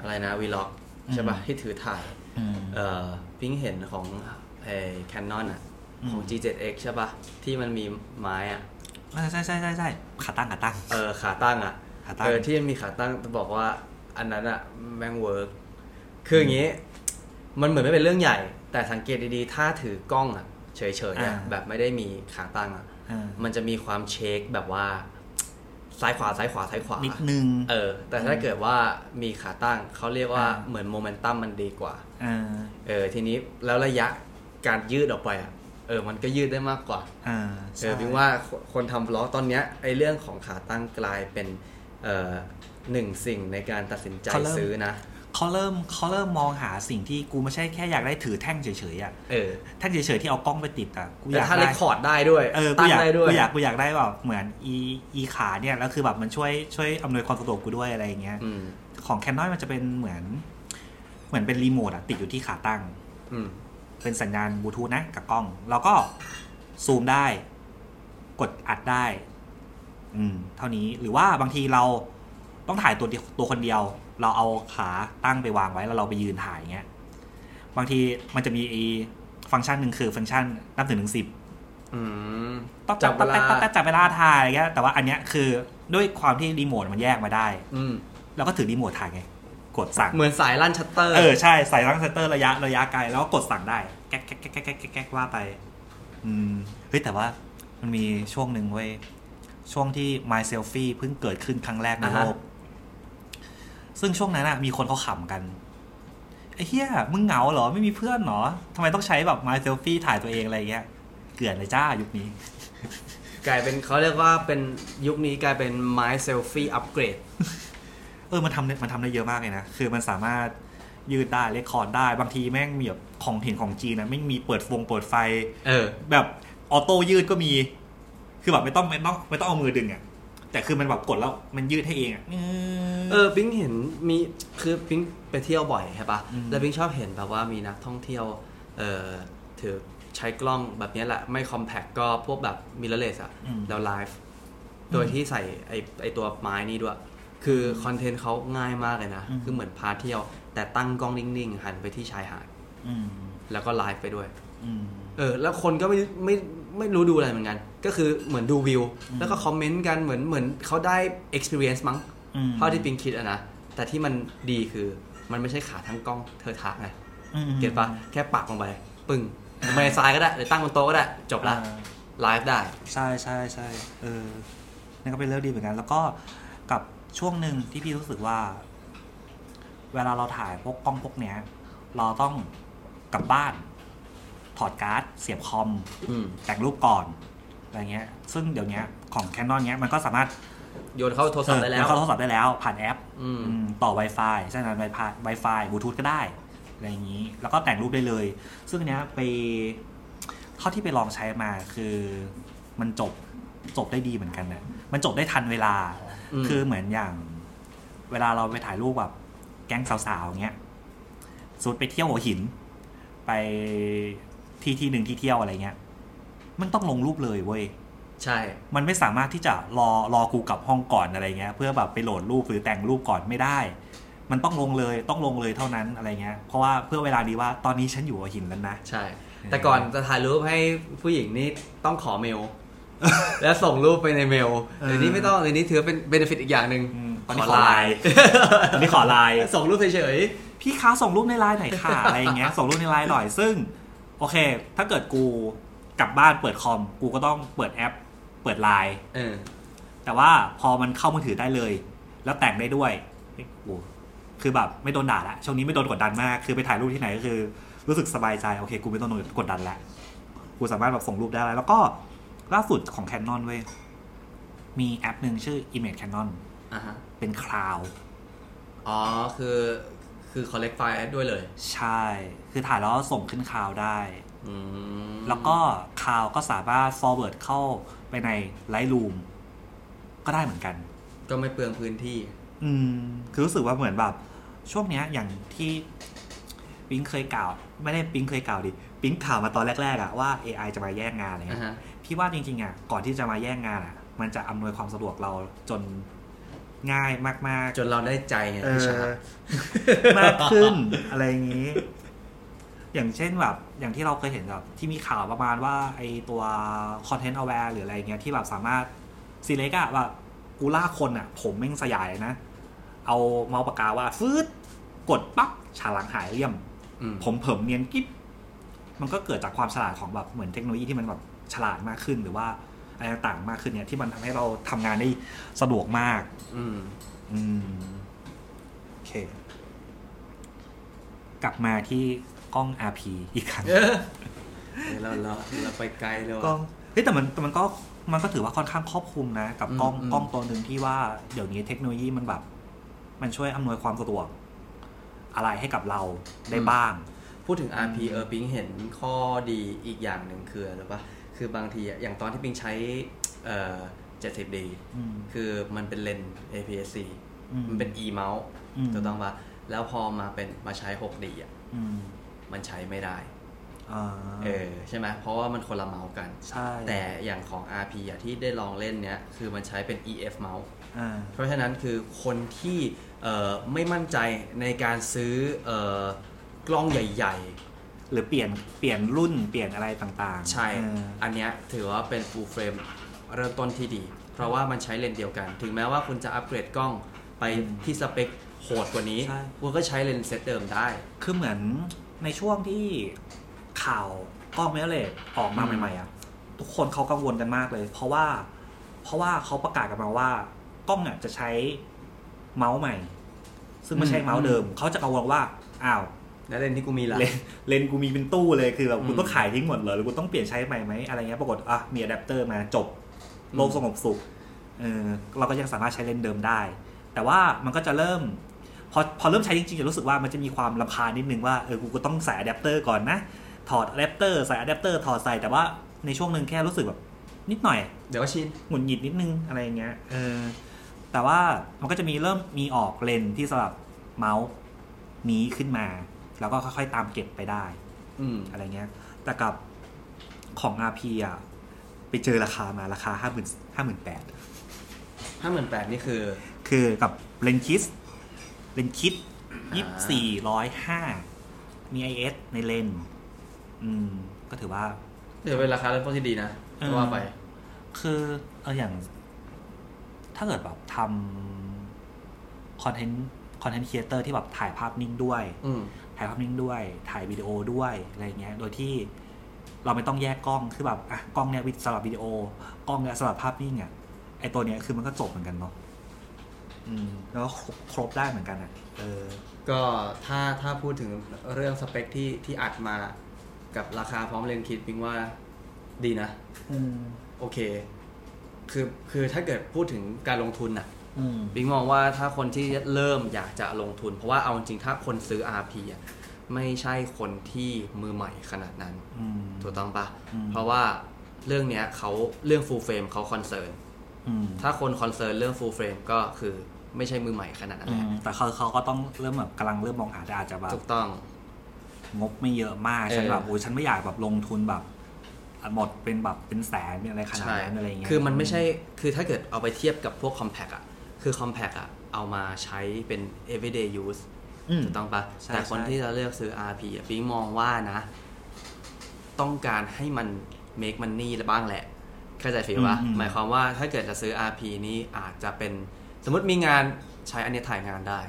อะไรนะวีล็อกใช่ป่ะ
อืม
ที่ถือถ่าย
อืม
เอ่อพิงเห็นของไอ้แคนนอนอ่ะ
อืม
ของ G7X ใช่ป่ะ ที่มันมีไม้อ่ะ
ใช่ใช่ใช่ใช่ขาตั้งขาตั้ง
เออขาตั้งอ่ะ
ขาตั้ง
เออที่มันมีขาตั้งจะบอกว่าอันนั้นอ่ะ แม่งเวิร์กคืออย่างงี้ มันเหมือนไม่เป็นเรื่องใหญ่ แต่สังเกตดีๆ ถ้าถือกล้องอ่ะ เฉยๆอ่ะแบบไม่ได้มีขาตั้งอ่ะ
อ่า
มันจะมีความเช็คแบบว่า ซ้ายขวาซ้ายขวาซ้ายขวาน
นิดนึง
เออ แต่ถ้าเกิดว่ามีขาตั้งเขาเรียกว่า
อ่า
เหมือนโมเมนตัมมันดีกว่า
อ่า
เออทีนี้แล้วระยะการยืดออกไปอ่ะเออ มันก็ยืดได้มากกว่า
อ่า
เอ
ใช่
อพิงว่าคนคนทำบล็อกตอนเนี้ยไอเรื่องของขาตั้งกลายเป็นเออหนึ่งสิ่งในการตัดสินใจซื้อนะ
เขาเริ่มเขาเริ่มมองหาสิ่งที่กูไม่ใช่แค่อยากได้ถือแท่งเฉยๆอ่ะ
เออ
แท่งเฉยๆที่เอากล้องไปติดอ่ะกูอ
แต่
ยาก
ถ้าเร
ได้
คคอร์ดได้ด้วย
เออ กู
ตั้ง
อยาก
ได้ด้วย
กูอยาก กูอยากได้แบบเหมือนอีอีขาเนี่ย แล้วคือแบบมันช่วยช่วยอำนวยความสะดวกกูด้วยอะไรอย่างเงี้ย
อืม
ของแคนนอนมันจะเป็นเหมือน เหมือนเป็นรีโมทอะติดอยู่ที่ขาตั้ง
อืม
เป็นสัญญาณบลูทูธนะกับกล้อง แล้วก็ซูมได้ กดอัดได้ อืม เท่านี้ หรือว่าบางทีเราต้องถ่ายตัวเดียวตัวคนเดียว เราเอาขาตั้งไปวางไว้แล้วเราไปยืนถ่ายอย่างเงี้ย บางทีมันจะมีไอีฟังก์ชันหนึ่งคือฟังก์ชันนับถึงถึงสิบ
อืม
ต้อง
จั
จั
บบ เว
เว
ลา
ลาจับเวลาถ่ายอะไรเงี้ยแต่ว่าอันเนี้ยคือด้วยความที่รีโมทมันแยกมาได้
อืม
แล้วก็ถือรีโมทถ่ายไง กดสั่ง
เหมือนสายลั่นชัตเตอร์
เออ ใช่ ใส่รังเซตเตอร์ระยะระยะไกล แล้วก็กดสั่งได้ แก๊กแก๊กแก๊กแก๊กแก๊กแก๊กว่าไป อืม เฮ้ย แต่ว่ามันมีช่วงหนึ่งเว้ย ช่วงที่ My Selfie เพิ่งเกิดขึ้นครั้งแรกใน
อ่า
โล
ฮะ
ก ซึ่งช่วงนั้นอะมีคนเขาขำกันไอ้เฮียมึงเหงาเหรอไม่มีเพื่อนเหรอทำไมต้องใช้แบบ My Selfie ถ่ายตัวเองอะไรเงี้ย เกลื่อนเลยจ้ายุคนี้
กลายเป็นเขาเรียกว่าเป็นยุคนี้กลายเป็น My Selfie Upgrade
เออ มันทำได้มันทำได้เยอะมากเลยนะ คือมันสามารถยืดได้เลคคอร์ดได้ บางทีแม่งมีแบบของถิ่นของจีนนะไม่งมีเปิดฟงเปิดไฟ
เออ
แบบออโต้ยืดก็มี คือแบบไม่ต้องไม่ต้องไม่ต้องเอามือดึงอะ่ะ แต่คือมันแบบกดแล้วมันยืดให้เองอะ่ะ
เออปิ๊งเห็นมีคือปิ๊งไปเที่ยวบ่อยใช่ปะ
อืม
แล้วปิ๊งชอบเห็นแบบว่ามีนักท่องเที่ยวเออถือใช้กล้องแบบเนี้ยแหละ ไม่คอมแพคก็พวกแบบมิเรเลสอะแล้วไลฟ์โดยที่ใส่ไอไอตัวไม้นี่ด้วย คือคอนเทนต์เขาง่ายมากเลยนะ คือเหมือนพาเที่ยว แต่ตั้งกล้องนิ่งๆ หันไปที่ชายหาด
อืม
แล้วก็ไลฟ์ไปด้วย
อืม
เออแล้วคนก็ไม่ไม่ไม่รู้ดูอะไรเหมือนกัน ก็คือเหมือนดูวิว แล้วก็คอมเมนต์กันเหมือนเหมือนเขาได้ experience มั้ง
อืม
เท่าที่ปิงคิดอะนะ แต่ที่มันดีคือมันไม่ใช่ขาทั้งกล้องเธอทักไง
อืม
เก็ตปะแค่ปักลงไป ปึ้งไม่ซ้ายก็ได้หรือตั้งบนโต๊ะก็ได้ จบละ
อ่า
ไลฟ์ได้
ใช่ใช่ใช่เออนั่นก็เป็นเรื่องดีเหมือนกัน แล้วก็กับช่วงหนึ่งที่พี่รู้สึกว่า เวลาเราถ่ายพวกกล้องพวกเนี้ย เราต้องกลับบ้าน ถอดการ์ด เสียบคอม
อืม
แต่งรูปก่อนอะไรเงี้ย ซึ่งเดี๋ยวเนี้ยของแคนนอนเนี้ยมันก็สามารถ
โยนเข้าโทรศัพท์ได้แล้
เอ
ว
อเข้าโทรศัพท์ได้แล้ว ผ่านแอป
อืม
อืมต่อ Wi-Fi ใช่นั้น Wi-Fi Wi-Fi บลูทูธก็ได้อะไรอย่างนี้ แล้วก็แต่งรูปได้เลย ซึ่งอันเนี้ยไปเท่าที่ไปลองใช้มาคือมันจบจบได้ดีเหมือนกันนะมันจบได้ทันเวลา
อืม
คือเหมือนอย่าง เวลาเราไปถ่ายรูปแบบแก๊งสาวๆเงี้ยสุดไปเที่ยวหัวหิน ไปที่ที่หนึ่งที่เที่ยวอะไรเงี้ย มันต้องลงรูปเลยเว้ย
ใช่
มันไม่สามารถที่จะรอรอกูกลับห้องก่อนอะไรเงี้ย เพื่อแบบไปโหลดรูปหรือแต่งรูปก่อนไม่ได้ มันต้องลงเลยต้องลงเลยเท่านั้นอะไรเงี้ย เพราะว่าเพื่อเวลานี้ว่าตอนนี้ฉันอยู่หัวหินแล้วนะ
ใช่ แต่ก่อนจะถ่ายรูปให้ผู้หญิงนี่ต้องขอเมล
<laughs>
แล้วส่งรูปไปในเมล
เออ
เดี๋ยวนี้ไม่ต้องเดี๋ยวนี้ถือเป็นเบนฟิตอีกอย่างหนึ่ง
อืมตอนนี้ขอไลน์ <laughs> ตอนนี้ขอไลน์
ส่งรูปเฉย
พี่คะส่งรูปในไลน์หน่อยค่ะอะไรเงี้ยส่งรูปในไลน์หน่อยซึ่ง โอเค ถ้าเกิดกูกลับบ้านเปิดคอม กูก็ต้องเปิดแอป เปิดไลน์
เออ
แต่ว่าพอมันเข้ามือถือได้เลย แล้วแต่งได้ด้วยโอ้โหคือแบบไม่โดนด่าละช่วงนี้ไม่โดนกดดันมาก คือไปถ่ายรูปที่ไหนก็คือ รู้สึกสบายใจ โอเค กูไม่ต้องโดนกดดันละกูสามารถแบบส่งรูปได้แล้วแล้วก็ล่าสุดของ Canon เว้ย มีแอปหนึ่งชื่อ Image Canon
อ่ะฮะ
เป็นคลาว
อ๋อ คือ คือ collect file ด้วยเลย
ใช่ คือถ่ายแล้วส่งขึ้นคลาวได้
อืม
แล้วก็คลาวก็สามารถ forward เข้าไปใน Lightroom ก็ได้เหมือนกัน
ก็ไม่เปลืองพื้นที่
อืมคือรู้สึกว่าเหมือนแบบช่วงเนี้ยอย่างที่ปิ๊งเคยกล่าว ไม่ได้ปิ๊งเคยกล่าวดิปิ๊งข่าวมาตอนแรกๆอะว่า AI จะมาแย่งงานอะไรเงี้
อ่าย ฮะ
พี่ว่าจริงๆอะก่อนที่จะมาแย่งงานอะมันจะอำนวยความสะดวกเราจนง่ายมาก
จนเราได้ใจไง
ๆเอ
พี่
อ
ชาร์ป
มากขึ้น อะไรอย่างนี้ อย่างเช่นแบบ อย่างที่เราเคยเห็นแบบที่มีข่าวประมาณว่าไอตัว content aware หรืออะไรเงี้ยที่แบบสามารถ ซีเล็กอะแบบกูล่าคนอะผมแม่งสยายนะ เอาเมาส์ปากกาว่าดฟืดกดปั๊บฉากหลังหายเลี่ยม
อืม
ผมเผิมเนียนกิ๊บมันก็เกิดจากความฉลาดของแบบเหมือนเทคโนโลยีที่มันแบบฉลาดมากขึ้นหรือว่าอะไรต่างๆมากขึ้นเนี่ยที่มันทำให้เราทำงานได้สะดวกมาก
อืม
อืมโอเค กลับมาที่กล้อง RP อีกครั้ง
เออเดี๋ยวเราเราเราไปไกลเลย
กล้
ว่ะ
องเฮ้ยแต่มันแต่มันก็มันก็ถือว่าค่อนข้างครอบคลุมนะ กับกล้อง
อืม
กล้องตัวหนึ่งที่ว่าเดี๋ยวนี้เทคโนโลยีมันแบบ มันช่วยอำนวยความสะดวก อะไรให้กับเราได้บ้าง
พูดถึง RP เออปิงเห็นข้อดีอีกอย่างหนึ่งคืออะไรรู้ปะคือบางทีอะอย่างตอนที่ปิงใช้เอ่อ70 d
อืม
คือมันเป็นเลนส์ APS-C
อืม
มันเป็น e mount
อืม
ถูกต้องปะแล้วพอมาเป็นมาใช้ 6D อ่ะ
อืม
มันใช้ไม่ได้
อ่า
เออ ใช่ไหมเพราะว่ามันคนละเมาส์กัน
ใช่
แต่อย่างของ RP อ่ะที่ได้ลองเล่นเนี้ย คือมันใช้เป็น EF mouse
อ่า
เพราะฉะนั้นคือคนที่เอ่อไม่มั่นใจในการซื้อเอ่อกล้องใหญ่
หรือเปลี่ยนเปลี่ยนรุ่นเปลี่ยนอะไรต่าง
ๆ
ๆ
ใช่
เออ
อันเนี้ยถือว่าเป็น full frame เริ่มต้นที่ดี เพราะว่ามันใช้เลนส์เดียวกัน ถึงแม้ว่าคุณจะอัปเกรดกล้องไปที่สเปคโหดกว่านี้ คุณก็ใช้เลนส์เซตเดิมได้
คือเหมือนในช่วงที่ข่าวกล้องเมลเลตออกมา
อืม
ใหม่ๆอ่ะทุกคนเขากังวลกันมากเลย เพราะว่า เพราะว่าเขาประกาศกันมาว่ากล้องเนี่ยจะใช้เมาส์ใหม่ ซึ่งไม่ใช่เมาส์เดิม เขาจะกังวลว่าอ้าว
แล้วเล่นที่กูมีล่ะ
เลนเลนกูมีเป็นตู้เลยคือแบบกู
อืม
ต้องขายทิ้งหมดเลยหรือกูต้องเปลี่ยนใช้ใหม่ไหมอะไรเงี้ยปรากฏอ่ะมีอะแดปเตอร์มาจบโลก
อืม
สงบสุขเออเราก็ยังสามารถใช้เลนส์เดิมได้ แต่ว่ามันก็จะเริ่ม พอพอเริ่มใช้จริงๆจะรู้สึกว่ามันจะมีความลำคาญนิดนึงว่าเออกูก็ต้องใส่อะแดปเตอร์ก่อนนะ ถอดอะแดปเตอร์ใส่อะแดปเตอร์ถอดใส่แต่ว่าในช่วงหนึ่งแค่รู้สึกแบบนิดหน่อย
เดี๋ยวก็ชิน
หงุดหงิดนิดนึงอะไรอย่างเงี้ย เออ แต่ว่ามันก็จะมีเริ่มมีออกเลนส์ที่สำหรับเมาส์นี้ขึ้นมา แล้วก็ค่อยๆตามเก็บไปได้
อืม
อะไรเงี้ย แต่กับของ RP อ่ะ ไปเจอราคามาราคา 5 0 0 0 0 5 8 0 0
ห้าหมื่นแปดนี่คือ
0คือกับเลนส์คิสเลนส์คิด
อ่
ยี่สี่ร้อยห้ามี IS ในเลนส์อืม ก็ถือว่า
เดี๋ยวเป็นราคาเริ่มต้นที่ดีนะ
เออ
ก็ว่าไป
คือเอออย่าง ถ้าเกิดแบบทำคอนเทนต์คอนเทนต์ครีเอเตอร์ที่แบบถ่ายภาพนิ่งด้วย
อืม
ถ่ายภาพนิ่งด้วย ถ่ายวิดีโอด้วยอะไรเงี้ย โดยที่เราไม่ต้องแยกกล้องคือแบบอ่ะกล้องเนี้ยสำหรับวิดีโอกล้องเนี้ยสำหรับภาพนิ่งอ่ะไอตัวเนี้ยคือมันก็จบเหมือนกันเนาะอืม แล้วก็ครบครบได้เหมือนกันอ่ะ เออ
ก็ถ้าถ้าพูดถึงเรื่องสเปคที่ที่อัดมากับราคาพร้อมเลนส์คิดพิงว่าดีนะ
อืม
โอเค คือคือถ้าเกิดพูดถึงการลงทุนน่ะ
อืม
บิงมองว่าถ้าคนที่เริ่มอยากจะลงทุน เพราะว่าเอาจริงๆถ้าคนซื้อ RP อ่ะไม่ใช่คนที่มือใหม่ขนาดนั้น
อืม
ถูกต้องปะ
อืม
เพราะว่าเรื่องเนี้ยเขาเรื่อง full frame เขาคอนเซิร์น
อืม
ถ้าคนคอนเซิร์นเรื่อง full frame ก็คือไม่ใช่มือใหม่ขนาดนั้น
อื
แหละ
ม แต่เขาเขาก็ต้องเริ่มแบบกำลังเริ่มมองหาแต่อาจจะแบบ
ถูกต้อง
งบไม่เยอะมาก
เออ
ฉันแบบโอ้ยฉันไม่อยากแบบลงทุนแบบหมดเป็นแบบเป็นแสนเป็นอะไรขนาด
ใช่
นั้นอะไรเงี้ย
คือมันไม่ใช่ คือถ้าเกิดเอาไปเทียบกับพวก compact อ่ะ คือ compact อ่ะ เอามาใช้เป็น everyday use
อืม
ถูกต้องปะ
ใช่
แต่คน
ใช่
ที่จะเลือกซื้อ RP อ่ะปิ๊งมองว่านะ ต้องการให้มัน make money บ้างแหละ เข้าใจฟีลปะ
อืมอืม
หมายความว่าถ้าเกิดจะซื้อ RP นี้อาจจะเป็น สมมติมีงานใช้อันนี้ถ่ายงานได้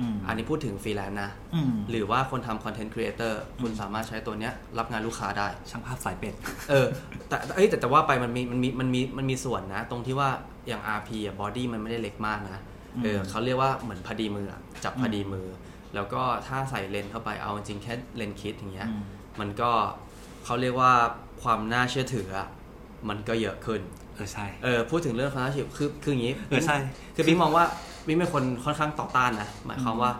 อืม
อันนี้พูดถึงฟรีแลนซ์นะ
อืม
หรือว่าคนทำคอนเทนต์ครีเอเตอร์คุณสามารถใช้ตัวเนี้ยรับงานลูกค้าได้
ช่างภาพสายเป็ด
เออแต่แต่เอ้ยแต่แต่ว่าไปมันมีมันมีมันมีมันมีส่วนนะ ตรงที่ว่าอย่าง RP อ่ะบอดี้มันไม่ได้เล็กมากนะเออ
อืม
เขาเรียกว่าเหมือนพอดีมืออะจับ
อืม
พอดีมือ แล้วก็ถ้าใส่เลนส์เข้าไปเอาจริงแค่เลนส์คิดอย่างเงี้ย
อืม
มันก็เขาเรียกว่าความน่าเชื่อถืออะมันก็เยอะขึ้น
เออใช่
เออพูดถึงเรื่องความน่าเชื่อถือคือคืออย่างงี้
เออใช่
คือบิ๊กมองว่าบิ๊กเป็นคนค่อนข้างต่อต้านนะหมายความว่า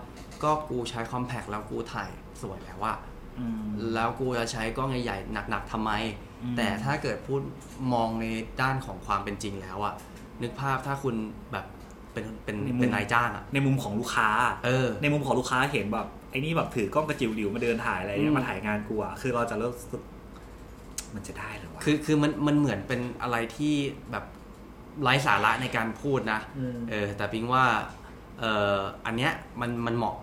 ก็กูใช้คอมแพคแล้วกูถ่ายสวยแล้วว่า
อืม
แล้วกูจะใช้กล้องใหญ่ๆ หนักๆทำไม
อืม
แต่ถ้าเกิดพูดมองในด้านของความเป็นจริงแล้วอะนึกภาพถ้าคุณแบบเป็นเป็นเป็นนายจ้างอะ
ในมุมของลูกค้า
เออ
ในมุมของลูกค้าเห็นแบบไอ้นี่แบบถือกล้องกระจิ๋วหลิวมาเดินถ่ายอะไรเงี้ย
อืม
มาถ่ายงานกูอะคือเราจะเริ่มรู้สึกมันจะได้เหรือวะ
คือคือมันมันเหมือนเป็นอะไรที่แบบไร้สาระในการพูดนะ
อืม
เออ แต่พิงว่าเอออันเนี้ยมันมันเหมาะ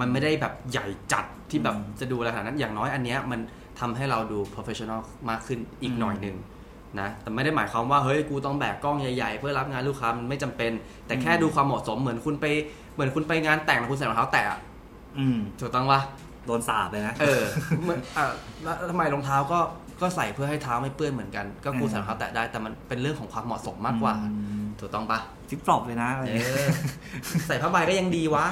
มันไม่ได้แบบใหญ่จัดที่แบบจะดูอะไรขนาดนั้นอย่างน้อยอันเนี้ยมันทำให้เราดู professional มากขึ้นอีกหน่อยหนึ่งนะแต่ไม่ได้หมายความว่าเฮ้ยกูต้องแบกกล้องใหญ่ๆ เพื่อรับงานลูกค้ามันไม่จำเป็น แต่แค่ดูความเหมาะสมเหมือนคุณไปเหมือนคุณไปงานแต่งแล้วคุณใส่รองเท้าแตะอะ
อืม
ถูกต้องปะ
โดนสาบเลยนะ
เออเหมือนอ่ะแล้วแล้วทำไมรองเท้าก็ก็ใส่เพื่อให้เท้าไม่เปื้อนเหมือนกัน ก็กู
อืม
ใส่รองเท้าแตะได้แต่มันเป็นเรื่องของความเหมาะสมมากกว่า
อืม
ถูกต้องปะ
จิ๊บปลอบเลยนะอะไร
เอ
เงี้ย
อ ใส่ผ้าใบก็ยังดีวะ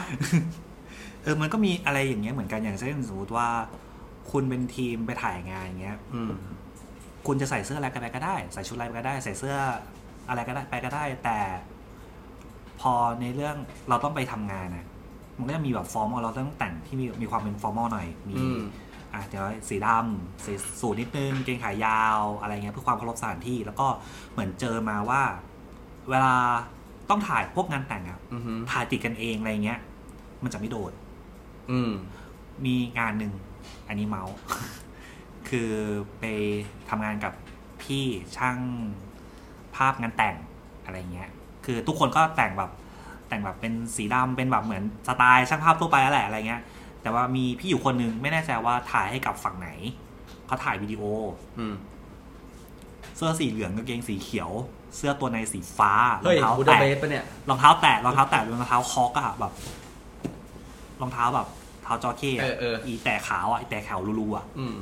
เออ มันก็มีอะไรอย่างเงี้ยเหมือนกัน อย่างเช่นสมมติว่า คุณเป็นทีมไปถ่ายงานอย่างเงี้ย
อืม
คุณจะใส่เสื้ออะไรกันไปก็ได้ ใส่ชุดอะไรไปก็ได้ ใส่เสื้ออะไรก็ได้ไปก็ได้ แต่ พอในเรื่องเราต้องไปทำงานนะมันก็จะมีแบบฟอร์มอลเราต้องแต่งที่มีมีความเป็นฟอร์มอลหน่อย มี
อืม
อ่ะเดี๋ยวสีดำสีสูทนิดนึงเกงขายาวอะไรเงี้ยเพื่อความเคารพสถานที่ แล้วก็เหมือนเจอมาว่า เวลาต้องถ่ายพวกงานแต่งอะ
อือหือ
ถ่ายติดกันเองอะไรเงี้ย มันจะไม่โดด
อืม
มีงานหนึ่งอันนี้เมาส์ <laughs> คือไปทำงานกับพี่ช่างภาพงานแต่งอะไรเงี้ย คือทุกคนก็แต่งแบบแต่งแบบเป็นสีดำเป็นแบบเหมือนสไตล์ช่างภาพทั่วไปแล้วแหละอะไรเงี้ย แต่ว่ามีพี่อยู่คนหนึงไม่แน่ใจว่าถ่ายให้กับฝั่งไหนเขาถ่ายวิดีโอ
อืม
เสื้อสีเหลืองกางเกงสีเขียว เสื้อตัวในสีฟ้ารอ
เฮ้ย
งเท้า
บูดา
แตะ
เบสปะเนี่ย
รองเท้าแตะรองเท้าแตะเป็นรองเท้าคอกอะแบบรองเท้าแบบเท้าจอเข้ะ
เออเออ
อีแต่ขาวอะอีแต่ขาวรูๆอะ
อืม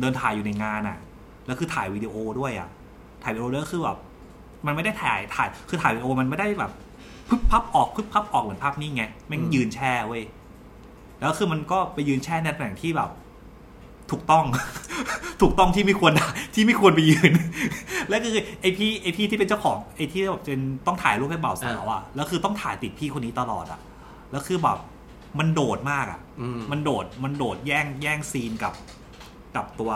เดินถ่ายอยู่ในงานอ่ะ แล้วคือถ่ายวิดีโอด้วยอ่ะ ถ่ายวิดีโอด้วยคือแบบ มันไม่ได้ถ่ายถ่าย คือถ่ายวิดีโอมันไม่ได้แบบพึบพับออกพึบพับออกเหมือนภาพนิ่งไงแม่ง
อืม
ยืนแช่เว้ยแล้วคือมันก็ไปยืนแช่ในตำแหน่งที่แบบ ถูกต้อง <laughs> ถูกต้องที่ไม่ควร <laughs> ที่ไม่ควรไปยืน <laughs> แล้วก็คือไอพี่ไอพี่ที่เป็นเจ้าของไอที่แบบเป็นต้องถ่ายรูปให้บ่าวสาวอ่ะแล้วคือต้องถ่ายติดพี่คนนี้ตลอดอ่ะ แล้วคือแบบมันโดดมากอ่ะ
อืม
มันโดดมันโดดแย่งแย่งซีนกับกับตัว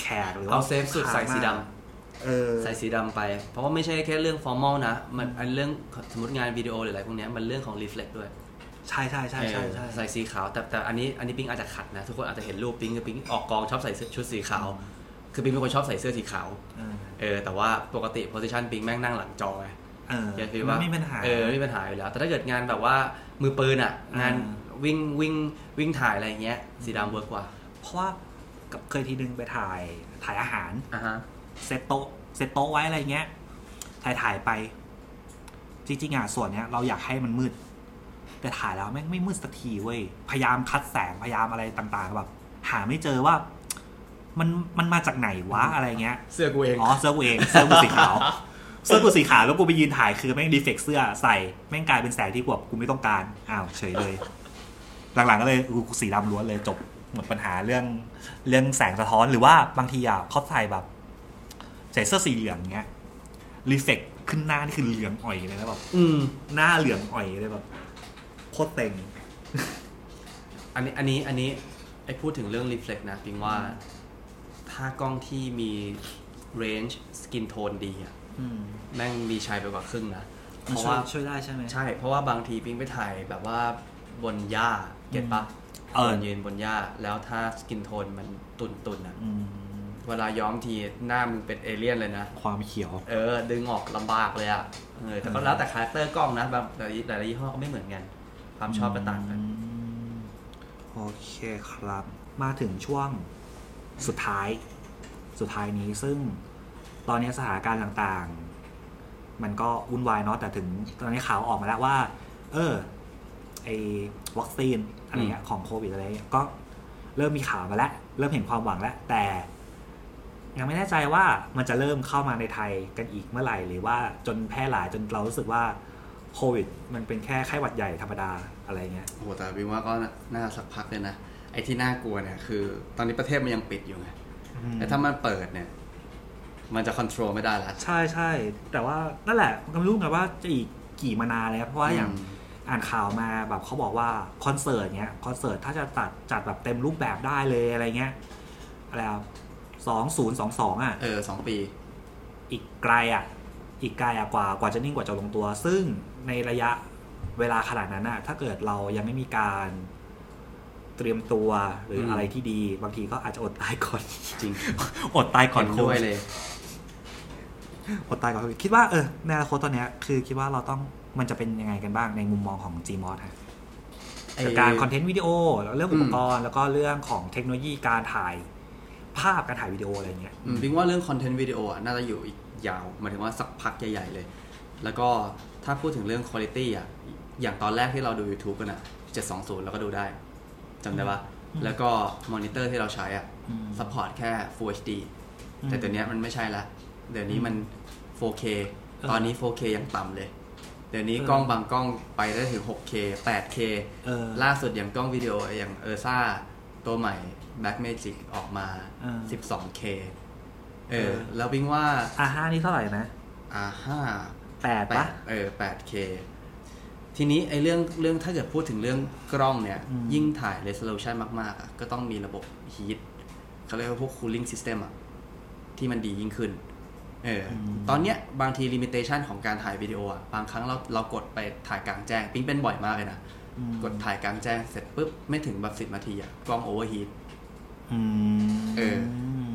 แขกหรือว่า
เอาเซฟสุด
ลูกค้า
ใส่สีดำ
มากเออ
ใส่สีดำไป เพราะว่าไม่ใช่แค่เรื่องฟอร์มอลนะ มันอันเรื่องสมมติงานวิดีโอหรืออะไรพวกเนี้ยมันเรื่องของรีเฟล็กด้วย
ใช่ใช่ใช่ใช่ใช่
เออใส่สีขาวแต่แต่อันนี้อันนี้ปิ๊งอาจจะขัดนะ ทุกคนอาจจะเห็นรูปปิ๊งคือปิ๊งออกกองชอบใส่เสื้อชุดสีขาว คือปิ๊งเป็นคนชอบใส่เสื้อสีขาว
เออ
เออแต่ว่าปกติโพสิชันปิ๊งแม่งนั่งหลังจอไง
เออ
อย่าคิด
มั
ว่าน
ไม่มีปัญหา
เออไม่มีปัญหาอยู่แล้ว แต่ถ้าเกิดงานแบบว่ามือปืนอ่ะ
อ่าง
งานวิ่งวิ่งวิ่งถ่ายอะไรอย่างเงี้ย สีดำเวิร์กกว่า
เพราะว่ากับเคยทีนึงไปถ่ายถ่ายอาหาร
อ่ะฮะ
เซตโต๊ะเซตโต๊ะไว้อะไรเงี้ย ถ่ายถ่ายไป จริงๆอ่ะส่วนเนี้ยเราอยากให้มันมืด แต่ถ่ายแล้วแม่งไม่มืดสักทีเว้ย พยายามคัดแสงพยายามอะไรต่างๆแบบหาไม่เจอว่า มันมันมาจากไหนวะอะไรเงี้ย
เสื้อกูเอง
อ๋อเสื้อกูเองเสื้อกูสีขาว เสื้อกูสีขาวแล้วกูไปยืนถ่ายคือแม่งดีเฟกเสื้อใส่แม่งกลายเป็นแสงที่กูแบบกูไม่ต้องการอ้าวเฉยเลย หลังๆก็เลยกูกูสีดำล้วนเลยจบหมดปัญหาเรื่องเรื่องแสงสะท้อนหรือว่าบางทีอ่ะเขาใส่แบบใส่เสื้อสีเหลืองเงี้ยรีเฟกขึ้นหน้านี่คือเหลืองอ่อยเลยนะแบบ
อืม
หน้าเหลืองอ่อยเลยแบบโคตรเต็ง
อันนี้อันนี้อันนี้ไอพูดถึงเรื่องรีเฟล็กนะพิงว่า ถ้ากล้องที่มีเรนจ์สกินโทนดีอ่ะ
อืม
แม่งมีชัยไปกว่าครึ่งนะ เพ
มัน
ราะ
ช่วยช่ว
ว่า
ยได้ใช่ไหม
ใช่ เพราะว่าบางทีพิงไปถ่ายแบบว่าบนหญ้าเก็ตปะ
เออ
ดินยืนบนหญ้าแล้วถ้าสกินโทนมันตุนตุนๆอ่ะ
อืม
เวลาย้อมทีหน้ามึงเป็นเอเลี่ยนเลยนะ
ความเขียว
เออ ดึงออกลำบากเลยอ่ะเออแต่ก็
อืม
แล้วแต่คาแรคเตอร์กล้องนะแบบหลายหลายยี่ห้อก็ไม่เหมือนกัน ความชอบก็ต่างกัน
อืมโอเคครับ มาถึงช่วงสุดท้าย สุดท้ายนี้ซึ่งตอนนี้สถานการณ์ต่างๆ มันก็วุ่นวายเนาะแต่ถึงตอนนี้ข่าวออกมาแล้วว่า เออไอวัคซีนอะไรเงี้ยของโควิดอะไรเงี้ยก็เริ่มมีข่าวมาแล้ว เริ่มเห็นความหวังแล้ว แต่ ยังไม่แน่ใจว่ามันจะเริ่มเข้ามาในไทยกันอีกเมื่อไหร่ หรือว่าจนแพร่หลายจนเรารู้สึกว่าโควิด มันเป็นแค่ไข้หวัดใหญ่ธรรมดาอะไรเงี้ย
โอ้โหแต่บิงว่าก็น่าน่าสักพักเลยนะ ไอ้ที่น่ากลัวเนี่ยคือ ตอนนี้ประเทศมันยังปิดอยู่ไงแต่ถ้ามันเปิดเนี่ย มันจะควบคุมไม่ได้ละ
ใช่ใช่ แต่ว่านั่นแหละก็ไม่รู้ไงว่าจะอีกกี่มานานเลยครับเพราะว่าอย่าง
ม
อ่านข่าวมาแบบเขาบอกว่าคอนเสิร์ตเนี้ยคอนเสิร์ตถ้าจะจัดจัดแบบเต็มรูปแบบได้เลยอะไรเงี้ยอะไรสองศูนย์สองสองอ่ะ
เออสองปี
อีกไกลอ่ะ อีกไกลอ่ะกว่ากว่าจะนิ่งกว่าจะลงตัว ซึ่งในระยะเวลาขนาดนั้นอ่ะ ถ้าเกิดเรายังไม่มีการเตรียมตัวหรือ
ม
อะไรที่ดี บางทีก็อาจจะอดตายก่อน
จริง
อดตายก่อน
เห็
โค
ด้วย
วิด
เลย
อดตายก่อนโควิดคิดว่าเออในอนาคตตอนเนี้ยคือคิดว่าเราต้องมันจะเป็นยังไงกันบ้างในมุมมองของ Gmod ฮะกับการคอนเทนต์วิดีโอแล้วเรื่องอุปกรณ์แล้วก็เรื่องของเทคโนโลยีการถ่ายภาพการถ่ายวิดีโออะไรเงี้ย
พิงว่าเรื่องคอนเทนต์วิดีโออ่ะน่าจะอยู่อีกยาวหมายถึงว่าสักพักใหญ่ ๆ เลย แล้วก็ถ้าพูดถึงเรื่องคุณภาพอ่ะ อย่างตอนแรกที่เราดู YouTube กันอ่ะ 720 เราก็ดูได้จำได้ปะ
อืม
แล้วก็มอนิเตอร์ที่เราใช้อ่ะ
อืม
ซัพพอร์ตแค่ Full HD
อืม
แต่เดี๋ยวนี้มันไม่ใช่ละ เดี๋ยวนี้มัน 4K
เออ
ตอนนี้ 4K ยังต่ำเลย เดี๋ยวนี้
เออก
ล้องบางกล้องไปได้ถึง 6K 8K
เออ
ล่าสุดอย่างกล้องวิดีโออย่างเออซ่าตัวใหม่ Black Magic ออกมา
เออ
12K เอ
เอ
อ
อ
แล้ววิ่งว่า
อาห้านี่เท่าไหร่นะ
อ่าห้า
แปด
แป
ปะ
ดเออ 8K ทีนี้ไอ้เรื่องเรื่องถ้าเกิดพูดถึงเรื่องกล้องเนี่ย
อืม
ยิ่งถ่าย resolution มากๆอ่ะก็ต้องมีระบบ heat เขาเรียกว่าพวก cooling system อ่ะ ที่มันดียิ่งขึ้น เอออตอนเนี้ยบางที limitation ของการถ่ายวิดีโออ่ะ บางครั้งเราเรากดไปถ่ายกลางแจ้ง ปิ๊งเป็นบ่อยมากเลยนะ
อืม
กดถ่ายกลางแจ้งเสร็จปุ๊บ ไม่ถึงแบบสิบนาทีอ่ะ กล้อง overheat
อืม
เออ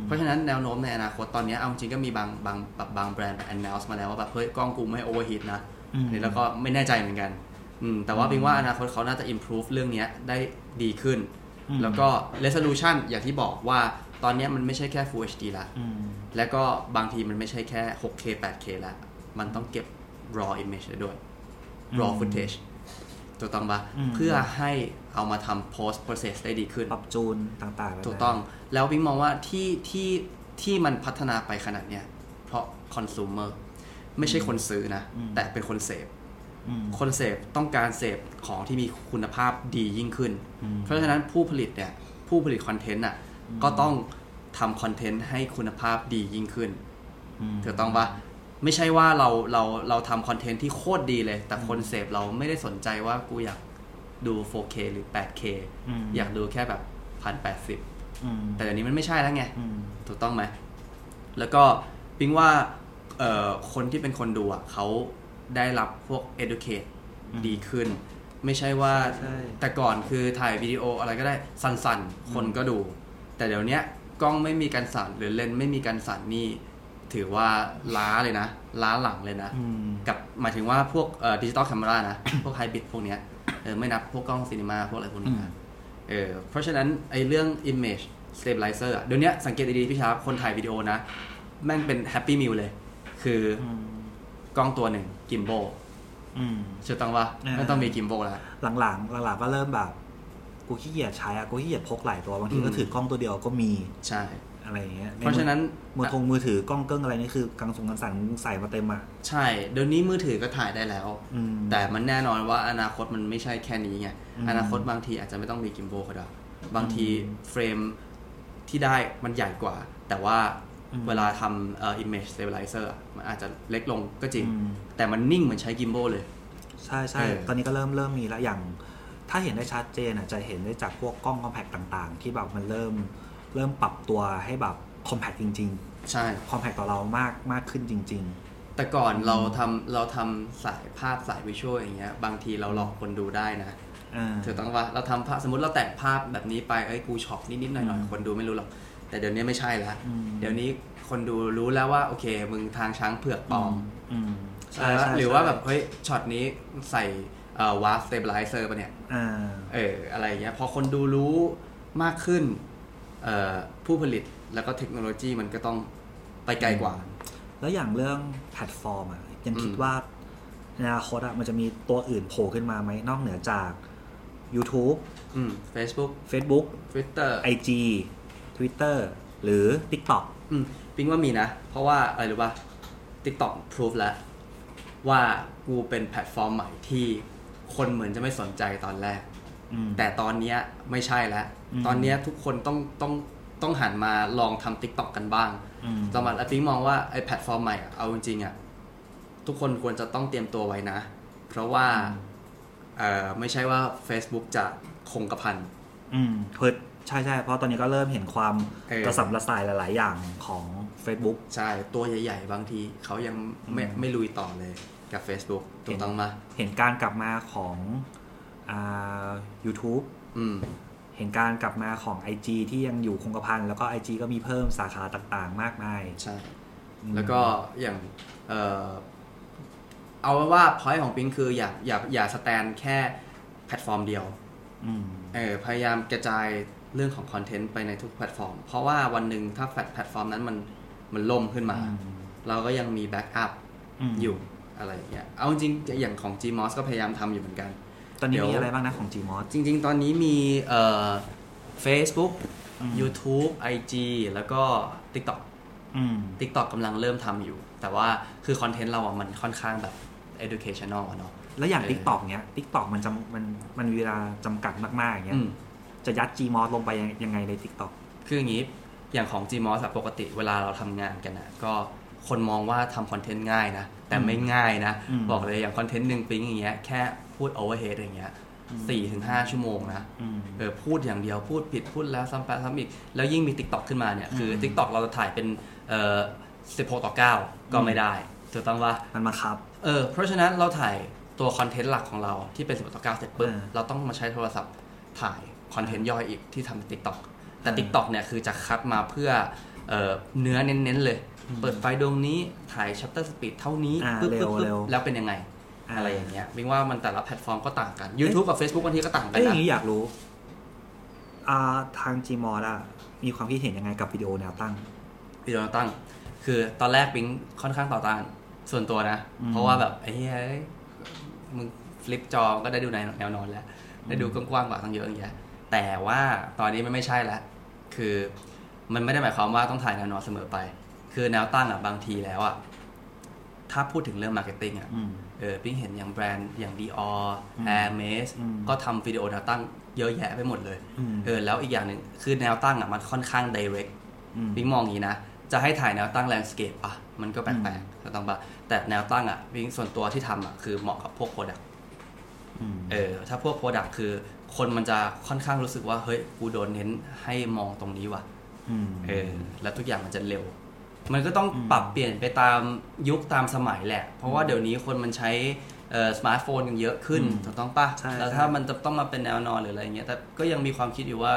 เพราะฉะนั้นแนวโน้มในอนาคตตอนเนี้ยเอาจริงก็มีบางบางแบบบางแบรนด์ announce มาแล้วว่าแบบเฮ้ยกล้องกูไม่ overheat นะ
อืม
อันนี้แล้วก็ไม่แน่ใจเหมือนกันอืมแต่ว่าพิงว่าอนาคตเขาน่าจะ improve เรื่องเนี้ยได้ดีขึ้น แล้วก็ resolution อย่างที่บอกว่าตอนเนี้ยมันไม่ใช่แค่ Full HD ละ
อืม
แล้วก็บางทีมันไม่ใช่แค่ 6K 8K แล้ว มันต้องเก็บ raw image ได้ด้วย raw
อืม
footage ถูกต้องปะ
อืม
เพื่อให้เอามาทำ post process ได้ดีขึ้น
ปรับจูนต่างๆ
ถูกต้อง แล้วพิงมองว่าที่ที่ที่มันพัฒนาไปขนาดเนี้ย เพราะ consumer ไม่ใช่คนซื้อนะ
อืม
แต่เป็นคนเสพ
อืม
คนเสพต้องการเสพของที่มีคุณภาพดียิ่งขึ้น
อืม
เพราะฉะนั้นผู้ผลิตเนี่ยผู้ผลิตคอนเทนต์อ่ะก็ต้องทำคอนเทนต์ให้คุณภาพดียิ่งขึ้น
ม
ถูกต้องปะไม่ใช่ว่าเราเราเราทำคอนเทนต์ที่โคตรดีเลย แต่คนเสพเราไม่ได้สนใจว่ากูอยากดู 4K หรือ 8K
อืม
อยากดูแค่แบบพันแปดสิบ
อืม
แต่เดี๋ยวนี้มันไม่ใช่แล้วไง
อืม
ถูกต้องไหม แล้วก็ปิงว่าเอ่อคนที่เป็นคนดูอ่ะเขาได้รับพวก educate
อืม
ดีขึ้น ไม่ใช่ว่า
ใช่
แต่ก่อนคือถ่ายวิดีโออะไรก็ได้สั่นๆ คนก็ดู แต่เดี๋ยวเนี้ยกล้องไม่มีการสั่นหรือเลนส์ไม่มีการสั่นนี่ ถือว่าล้าเลยนะ ล้าหลังเลยนะ
อืม
กับหมายถึงว่าพวกดิจิตอลแคมรานะ <coughs> พวกไฮบริดพวกเนี้ยเออไม่นับพวกกล้องซีนีมาพวกอะไรพวกนี้นะเออเพราะฉะนั้นไอเรื่อง image stabilizer อะเดี๋ยวเนี้ยสังเกตดีๆพี่ชาร์ปคนถ่ายวิดีโอนะ แม่งเป็นแฮปปี้มิ l เลย คือ
อืม
กล้องตัวหนึ่งกิมโบ
อืม
เชื่อต้องว่า
อ่า
ไม่ต้องมีกิมโบแล้ว
หลังๆหลังๆก็เริ่มแบบ กูขี้เกียจใช้อะกูขี้เกียจพกหลายตัวบางที
อืม
ก็ถือกล้องตัวเดียวก็มี
ใช่
อะไรอย่างเงี้ย
เพราะฉะนั้น
มือทงมือถือกล้องเกิ้งอะไรนี่คือกังสงกันสั่งใส่มาเต็มอะ
ใช่เดี๋ยวนี้มือถือก็ถ่ายได้แล้ว
อืม
แต่มันแน่นอนว่าอนาคตมันไม่ใช่แค่นี้ไง
อืม
อนาคตบางทีอาจจะไม่ต้องมีกิมโบก็ได้บางที
อืม
เฟรมที่ได้มันใหญ่กว่า แต่ว่า
อืม
เวลาทำเอ่อ image stabilizer อะมันอาจจะเล็กลงก็จริง
อืม
แต่มันนิ่งเหมือนใช้กิมโบเลย
ใช่ใช่
เออ
ตอนนี้ก็เริ่มเริ่มมีแล้วอย่าง ถ้าเห็นได้ชัดเจนอะจะเห็นได้จากพวกกล้องคอมแพคต่าง ๆ ที่แบบมันเริ่มเริ่มปรับตัวให้แบบคอมแพคจริง
ใช่
ๆ คอมแพคต่อเรามากมากขึ้นจริง
แต่ก่อนเราทำเราทำสายภาพสายวิชวลอย่างเงี้ยบางทีเราหลอกคนดูได้นะ
ๆเอ่า
ถูกต้องว่าเราทำภาพสมมติเราแต่งภาพแบบนี้ไปเอ้ยกูช็อปนิดๆหน่อย
อืม
ๆคนดูไม่รู้หรอก แต่เดี๋ยวนี้ไม่ใช่ละ
อืม
เดี๋ยวนี้คนดูรู้แล้วว่าโอเค มึงทางช้างเผือกปลอม
อืม
ใช่ปะหรือว่าแบบเฮ้ยช็อตนี้ใส่เอ่อวาร์ฟสเตเบลไลเซอร์ปะเนี่ย
อ่า
เอออะไรอย่างเงี้ยพอคนดูรู้มากขึ้นเอ่อผู้ผลิตแล้วก็เทคโนโลยีมันก็ต้องไปไกลกว่า
แล้วอย่างเรื่องแพลตฟอร์มอะยังคิด
อืม
ว่าในอนาคตอะมันจะมีตัวอื่นโผล่ขึ้นมาไหมนอกเหนือจาก YouTube
อืม Facebook
Facebook
Twitter
IG Twitter หรือ TikTok
อืมปิงว่ามีนะ เพราะว่าอะไรรู้ป่ะ TikTok พิสูจแล้ว ว่ากูเป็นแพลตฟอร์มใหม่ที่คนเหมือนจะไม่สนใจตอนแรก
อืม
แต่ตอนเนี้ยไม่ใช่แล้ว
อืม
ตอนเนี้ยทุกคนต้องต้องต้องหันมาลองทำ TikTok กันบ้าง
อืม
สำหรับอาปิงมองว่าไอ้แพลตฟอร์มใหม่อะเอาจริงๆอ่ะ ทุกคนควรจะต้องเตรียมตัวไว้นะ เพราะว่าเออไม่ใช่ว่า Facebook จะคงกระพัน
อืมเพิดใช่ใช่เพราะตอนนี้ก็เริ่มเห็นความ
เออ
กระสับกระส่ายหลาย ๆ อย่างของ Facebook
ใช่ ตัวใหญ่ๆ บางทีเขายังไม่
อืม
ไม่ลุยต่อเลยกับ Facebook ถูกต้องมา
เห็นการกลับมาของอ่า YouTube
อืม
เห็นการกลับมาของ IG ที่ยังอยู่คงกระพันแล้วก็ IG ก็มีเพิ่มสาขาต่าง ๆ มากมาย
ใช่
อืม
แล้วก็อย่างเออเอาเป็นว่า point ของปิงคืออย่าอย่าอย่าสแตนแค่แพลตฟอร์มเดียว
อืม
เออพยายามกระจายเรื่องของคอนเทนต์ไปในทุกแพลตฟอร์ม เพราะว่าวันหนึ่งถ้าแพลตแพลตฟอร์มนั้นมันมันล่มขึ้นมา เราก็ยังมีแบ็กอัพ
ม
อยู่อะไรอย่างเงี้ยเอาจริงๆอย่างของ Gmos ก็พยายามทำอยู่เหมือนกัน
ตอนนี้
เดี๋ยว
มีอะไรบ้างนะของ Gmod
จริงๆ ตอนนี้มีเอ่อ Facebook
อืม
YouTube IG แล้วก็ TikTok
อืม
TikTok กำลังเริ่มทำอยู่ แต่ว่าคือคอนเทนต์เราอ่ะ มันค่อนข้างแบบ educational อะเนาะ
แล้วอย่าง
เออ
TikTok เนี้ย TikTok มันจำมันมันมีเวลาจำกัดมาก ๆ อย่างเงี้
อื
ย
ม
จะยัด Gmod ลงไปยังยังไงใน TikTok
คืออย่างนี้ อย่างของ Gmos อะปกติเวลาเราทำงานกันนะก็คนมองว่าทำคอนเทนต์ง่ายนะ แต่ไม่ง่ายนะ
อืม
บอกเลยอย่างคอนเทนต์หนึ่งปิ๊งอย่างเงี้ยแค่พูด overhead อย่างเงี้ยสี่ถึงห้าชั่วโมงนะ
อืม
เออพูดอย่างเดียวพูดผิดพูดแล้วซ้ำไปซ้ำอีก แล้วยิ่งมี t ิ k t o k ขึ้นมาเนี่ย คือ
อืม
t ิ k t o k เราจะถ่ายเป็นเอ่อ16 ต่อ 9 ก็ไม่ได้ถูกต้องว่า
มันมาครับ
เออเพราะฉะนั้นเราถ่ายตัวคอนเทนต์หลักของเราที่เป็น 16 ต่อ 9 เสร็จปุ๊บ
อ่า
เราต้องมาใช้โทรศัพท์ถ่ายคอนเทนต์ย่อยอีกที่ทำใน t ิ k t o k แต่
อ่า
t ิ k t o k เนี่ยคือจะคัดมาเพื่อเอ่อเนื้อเน้นๆเลย เปิดไฟดวงนี้ถ่ายชัตเตอร์สปีดเท่านี้
อ่า
ปึ๊บปึ๊บปึ๊
เร็
บ
วๆ
แล้วเป็นยังไง
อ่า
อะไรอย่างเงี้ยวิ่งว่ามันแต่ละแพลตฟอร์มก็ต่างกัน YouTube กับ Facebook บางทีก็ต่างกัน
เอ้ยอ
นะ
ย่างนี้อยากรู้ อ่าทาง Gmod อะมีความคิดเห็นยังไงกับวิดีโอแนวตั้ง
วิดีโอตั้ง คือตอนแรกปิ๊งค่อนข้างต่อต้าน ส่วนตัวนะ
อืม
เพราะว่าแบบไอ้เฮ้ยเอ้ยมึงฟลิปจอก็ได้ดูในแนวนอนแล้ว ได้ดูกว้างๆกว่าตั้งเยอะอย่างเงี้ยแต่ว่าตอนนี้มันไม่ใช่แล้ว คือมันไม่ได้หมายความว่าต้องถ่ายแนวนอนเสมอไป คือแนวตั้งอ่ะบางทีแล้วอ่ะ ถ้าพูดถึงเรื่องมาร์เก็ตติ้งอ่ะ
อืม
เออปิ้งเห็นอย่างแบรนด์อย่าง Dior
อืม
Hermes
อืม
ก็ทำวิดีโอแนวตั้งเยอะแยะไปหมดเลย
อืม
เออแล้วอีกอย่างหนึ่งคือแนวตั้งอ่ะมันค่อนข้าง direct
อืม
วิ่งมองอย่างนี้นะ จะให้ถ่ายแนวตั้งแลนด์สเคปอ่ะ มันก็แปลกๆก็ต้องปะแต่แนวตั้งอ่ะวิ่งส่วนตัวที่ทำอ่ะ คือเหมาะกับพวกโปรดัก
อืม
เออ ถ้าพวกโปรดักคือ คนมันจะค่อนข้างรู้สึกว่า เฮ้ย กูโดนเน้นให้มองตรงนี้ว่ะ
ม
เออ แล้วทุกอย่างมันจะเร็ว มันก็ต้อง
อืม
ปรับเปลี่ยนไปตามยุคตามสมัยแหละ เพราะว่าเดี๋ยวนี้คนมันใช้เอ่อสมาร์ทโฟนกันเยอะขึ้น
อืม
ถูกต้องปะ
ใช่
แล้ว
ใช่
ถ้ามันจะต้องมาเป็นแนวนอนหรืออะไรเงี้ย แต่ก็ยังมีความคิดอยู่ว่า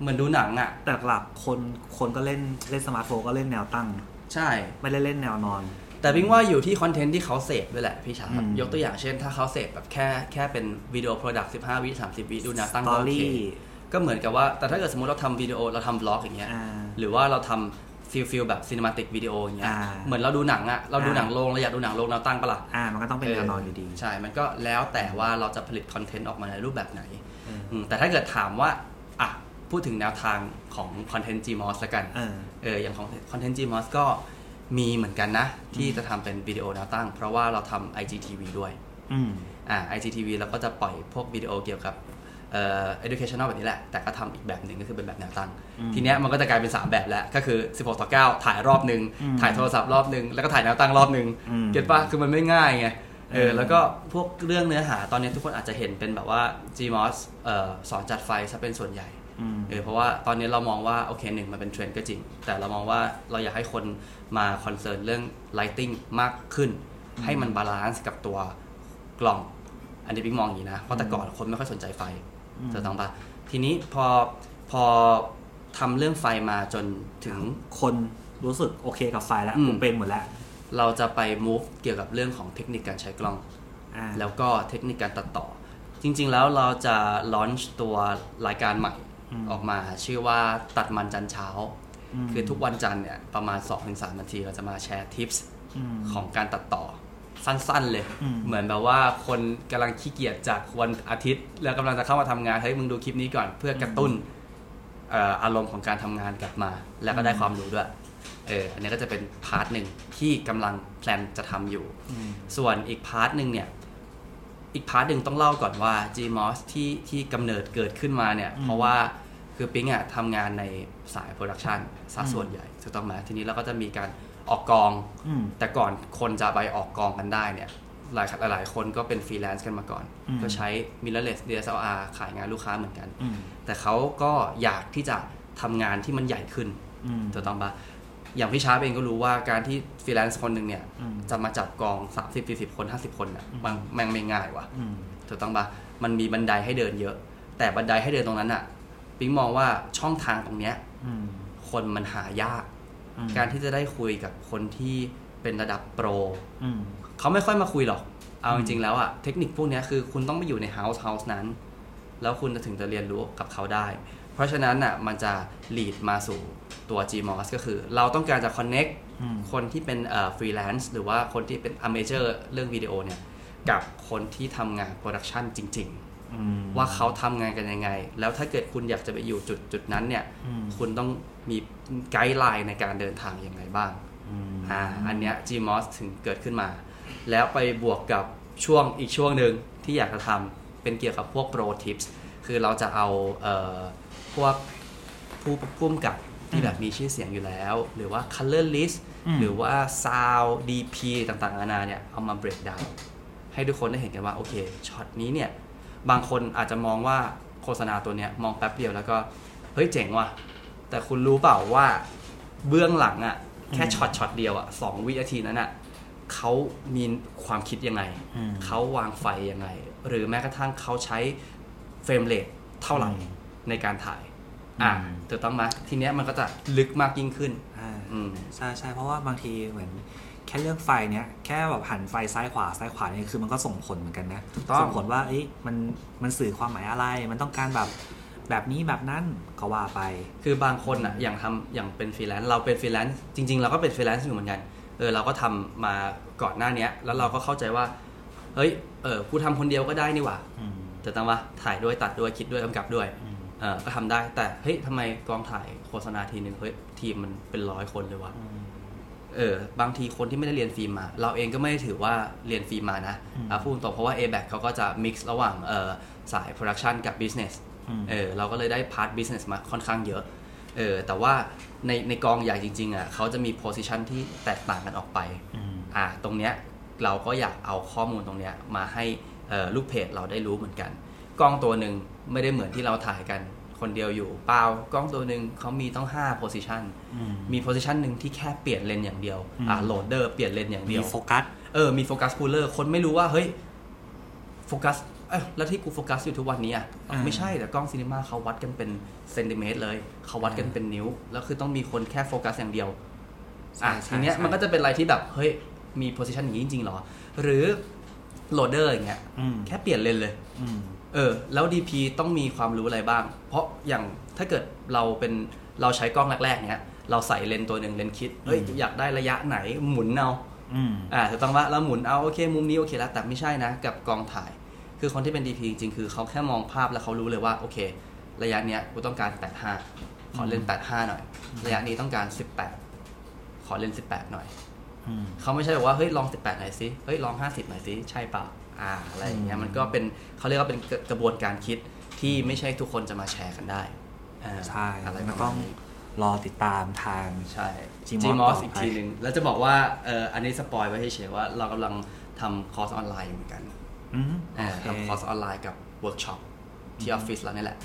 เหมือนดูหนังอ่ะ
แต่หลักคนคนก็เล่นเล่นสมาร์ทโฟนก็เล่นแนวตั้ง
ใช่
ไม่ได้เล่นแนวนอน
แต่พิงว่าอยู่ที่คอนเทนต์ที่เขาเสพด้วยแหละพี่ชา
อืม
ยกตัวอย่างเช่น ถ้าเขาเสพแบบแค่แค่เป็นวิดีโอโปรดักต์15 วิ 30 วิดูแนะตั้ง
สต
ก็
อ
โอเค
รี่
ก็เหมือนกับว่า แต่ถ้าเกิดสมมติเราทำวิดีโอเราทำบล็อกอย่างเงี้ย
อ่า
หรือว่าเราทำฟิลฟิลแบบซีนิมาติกวิดีโออย่างเงี้ย
อ่า
เหมือนเราดูหนังอะเราดู
อ่า
หนังโรงเราอยากดูหนังโรงแนวตั้งปะล่ะ
อ่า มันก็ต้องเป็นแนวนอนอยู่ดี
ใช่ มันก็แล้วแต่ว่าเราจะผลิตคอนเทนต์ออกมาในรูปแบบไหนอืมแต่ถ้าเกิดถามว่าอ่ะพูดถึงแนวทางของคอนเทนต์ GMOS ละกัน
เออ
เอออย่างของคอนเทนต์ GMOS ก็มีเหมือนกันนะ ที่จะทำเป็นวิดีโอแนวตั้ง เพราะว่าเราทำ IGTV ด้วย
อืม
อ่า IGTV เราก็จะปล่อยพวกวิดีโอเกี่ยวกับเอ่อ educational แบบนี้แหละ แต่ก็ทำอีกแบบหนึ่งก็คือเป็นแบบแนวตั้ง
อืม
ทีเนี้ยมันก็จะกลายเป็น 3 แบบแล้ว ก็คือ 16ต่อ9ถ่ายรอบหนึ่ง
อืม
ถ่ายโทรศัพท์รอบหนึ่งแล้วก็ถ่ายแนวตั้งรอบหนึ่ง
อืม
เก็ตปะคือมันไม่ง่ายไงเออ
เออ
แล้วก็พวกเรื่องเนื้อหาตอนนี้ทุกคนอาจจะเห็นเป็นแบบว่า GMOS เอ่อสอนจัดไฟซะเป็นส่วนใหญ่
อืม
เออเพราะว่าตอนนี้เรามองว่า โอเคหนึ่งมันเป็นเทรนด์ก็จริง แต่เรามองว่าเราอยากให้คนมาคอนเซิร์นเรื่อง Lighting มากขึ้น ให้มันบาลานซ์กับตัวกล่อง อันนี้ปิ๊งมองอย่างนี้นะ เพราะแต่ก่อนคนไม่ค่อยสนใจไฟ
อืม
จะต้องปะทีนี้พอพอทำเรื่องไฟมาจนถึง
คนรู้สึกโอเคกับไฟแล้ว
อืม
ผมเป็นหมดแล้ว
เราจะไป move เกี่ยวกับเรื่องของเทคนิคการใช้กล้อง
อ่า
แล้วก็เทคนิคการตัดต่อ จริง ๆ แล้วเราจะลอนช์ตัวรายการใหม่
อืม
ออกมา ชื่อว่าตัดมันจันทร์เช้า
อืม
คือทุกวันจันทร์เนี่ย ประมาณ 2-3นาทีเราจะมาแชร์ทิปส์
ม
ของการตัดต่อ สั้นๆเลย
อืม
เหมือนแบบว่าคนกำลังขี้เกียจจากวันอาทิตย์ แล้วกำลังจะเข้ามาทำงานเฮ้ยมึงดูคลิปนี้ก่อนเพื่อกระตุ้นเอ่ออารมณ์ของการทำงานกลับมา แล้วก็ได้ความรู้ด้วยเอออันนี้ก็จะเป็นพาร์ทหนึ่งที่กำลังแพลนจะทำอยู่
อืม
ส่วนอีกพาร์ทหนึ่งเนี่ย อีกพาร์ทหนึ่งต้องเล่าก่อนว่า GMOS ที่ที่กำเนิดเกิดขึ้นมาเนี่ย
อืม
เพราะว่าคือปิ๊งอะทำงานในสายโปรดักชันซะส่วนใหญ่ถูกต้องไหมทีนี้เราก็จะมีการออกกอง
อืม
แต่ก่อนคนจะไปออกกองกันได้เนี่ย หลายหลายๆคนก็เป็นฟรีแลนซ์กันมาก่อน
อืม
ก็ใช้ mirrorless DSLR ขายงานลูกค้าเหมือนกัน
อืม
แต่เขาก็อยากที่จะทำงานที่มันใหญ่ขึ้น
อืม
ถูกต้องปะอย่างพี่ชาร์ปเองก็รู้ว่าการที่ฟรีแลนซ์คนหนึ่งเนี่ย
อืม
จะมาจับกอง 30 40 คน 50 คนน่ะ
อืม
มันแม่งไม่ง่ายว่ะ
อืม
ถูกต้องปะมันมีบันไดให้เดินเยอะ แต่บันไดให้เดินตรงนั้นอ่ะปิ๊งมองว่าช่องทางตรงเนี้ย
อืม
คนมันหายาก
อืม
การที่จะได้คุยกับคนที่เป็นระดับโปร
อืม
เขาไม่ค่อยมาคุยหรอก เอา
อืม
จริงๆแล้วอะเทคนิคพวกเนี้ยคือคุณต้องไปอยู่ในเฮาส์เฮาส์นั้น แล้วคุณจะถึงจะเรียนรู้กับเขาได้ เพราะฉะนั้นอะมันจะ lead มาสู่ตัว GMOS ก็คือ เราต้องการจะ connect
อืม
คนที่เป็นเอ่อฟรีแลนซ์หรือว่าคนที่เป็นอเมเจอร์เรื่องวิดีโอเนี่ย กับคนที่ทำงานโปรดักชันจริง
อืม
ๆ ว่าเขาทำงานกันยังไง แล้วถ้าเกิดคุณอยากจะไปอยู่จุดจุดๆนั้นเนี่ย
อืม
คุณต้องมีไกด์ไลน์ในการเดินทางยังไงบ้าง
อืม
อ่าอันเนี้ย GMOS ถึงเกิดขึ้นมา แล้วไปบวกกับช่วงอีกช่วงหนึ่งที่อยากจะทำเป็นเกี่ยวกับพวก Pro Tips คือเราจะเอาเอ่อพวกผู้พุ่มกับที่แบบมีชื่อเสียงอยู่แล้ว หรือว่า Color List
อืม
หรือว่า Sound DP ต่างๆนานาเนี่ย เอามา break down ให้ทุกคนได้เห็นกันว่า โอเคช็อตนี้เนี่ย บางคนอาจจะมองว่าโฆษณาตัวเนี้ยมองแป๊บเดียวแล้วก็ เฮ้ยเจ๋งว่ะ แต่คุณรู้เปล่าว่าเบื้องหลังอะแค่ช็อตช็อตเดียวอะสองวินาทีนั้นอะเขามีความคิดยังไง
อืม
เขาวางไฟยังไง หรือแม้กระทั่งเขาใช้เฟรมเรทเท่าไหร่
อืม
ในการถ่าย อ่ะ
อืม
ถูกต้องไหมทีเนี้ยมันก็จะลึกมากยิ่งขึ้น
อ่า
อืม
ใช่ใช่เพราะว่าบางทีเหมือนแค่เรื่องไฟเนี้ยแค่แบบหันไฟซ้ายขวาซ้ายขวาเนี่ยคือมันก็ส่งผลเหมือนกันนะ
ถูกต้อง
ส่งผลว่าเอ๊ะมันมันสื่อความหมายอะไร มันต้องการแบบแบบนี้แบบนั้นก็ว่าไป
คือบางคนอ่ะอย่างทำอย่างเป็นฟรีแลนซ์เราเป็นฟรีแลนซ์จริง ๆ เราก็เป็นฟรีแลนซ์อยู่เหมือนกันเออเราก็ทำมาก่อนหน้าเนี้ย แล้วเราก็เข้าใจว่า เฮ้ยเออกูทำคนเดียวก็ได้นี่หว่า
อืม
จะต้องว่าถ่ายด้วยตัดด้วยคิดด้วยกำกับด้วย
อืม
เออก็ทำได้แต่เฮ้ยทำไมกองถ่ายโฆษณาทีนึงเฮ้ยทีมมันเป็นร้อยคนเลยวะ เออบางทีคนที่ไม่ได้เรียนฟิล์มมา เราเองก็ไม่ได้ถือว่าเรียนฟิล์มมานะอ่ะพูดตรงๆเพราะว่า a b a c เขาก็จะ mix ระหว่างเออสาย production กับ business
อืม
เออเราก็เลยได้พาร์ท business มาค่อนข้างเยอะเออแต่ว่าในในกองใหญ่จริงๆอ่ะเขาจะมี position ที่แตกต่างกันออกไป
อืม
อ่าตรงเนี้ยเราก็อยากเอาข้อมูลตรงเนี้ยมาให้เอ่อลูกเพจเราได้รู้เหมือนกัน กล้องตัวหนึ่งไม่ได้เหมือนที่เราถ่ายกันคนเดียวอยู่เปล่ากล้องตัวหนึ่งเขามีต้อง5 position
อืม
มี position หนึ่งที่แค่เปลี่ยนเลนส์อย่างเดียว
อืม
อ่าโหลดเดอร์เปลี่ยนเลนส์อย่าง
มี
เดียว
โฟกัส
เออมีโฟกัสพูลเลอร์คนไม่รู้ว่าเฮ้ยโฟกัสเอ้ยแล้วที่กูโฟกัสอยู่ทุกวันนี้อ่ะ
อ่า
ไม่ใช่แต่กล้องซีนีมาเขาวัดกันเป็นเซนติเมตรเลยเขาวัดกันเป็นนิ้ว แล้วคือต้องมีคนแค่โฟกัสอย่างเดียว อ่ะ
ใช่
ทีเนี้ย
ใช่
มันก็จะเป็นอะไรที่แบบ เฮ้ย มีโพสิชันอย่างนี้จริงๆเหรอ หรือโหลดเดอร์อย่างเงี้ย
อืม
แค่เปลี่ยนเลนเลย
อืม
เออ แล้ว DP ต้องมีความรู้อะไรบ้าง เพราะอย่างถ้าเกิดเราเป็นเราใช้กล้องแรกๆเนี้ยเราใส่เลนส์ตัวหนึ่งเลนส์คิดเฮ้ย
อืม
อยากได้ระยะไหนหมุนเอา
อืม
อ่าถูกต้องว่าเราหมุนเอาโอเคมุมนี้โอเคแล้วแต่ไม่ใช่นะกับกองถ่าย คือคนที่เป็น DP จริงๆคือเขาแค่มองภาพแล้วเขารู้เลยว่าโอเค ระยะเนี้ยกูต้องการ85ขอเลนส์85หน่อย ระยะนี้ต้องการ 18 ขอเลนส์18 หน่อย
อืม
เขาไม่ใช่แบบว่าเฮ้ยลอง 18หน่อยสิเฮ้ยลอง 50หน่อยสิใช่เปล่าอ่าอะไรอย่างเงี้ย
อืม
มันก็เป็นเขาเรียกว่าเป็นกระกระบวนการคิดที่ไม่ใช่ทุกคนจะมาแชร์กันได้อ่า
ใช่
อะไรป
มัน
ระ
ต้
มา
อ
ณ
ง
นี้
รอติดตามทาง
ใช่
Gmos
Gmos
ต่อไป
อีกทีหนึ่งแล้วจะบอกว่าเอออันนี้สปอยไว้เฉยๆว่าเรากำลังทำคอร์สออนไลน์อยู่เหมือนกัน
อืม
อ่า
โเ
ทำคอร์สออนไลน์กับเวิร์กช็อปที่ออฟฟิศเราเนี่ยแหละ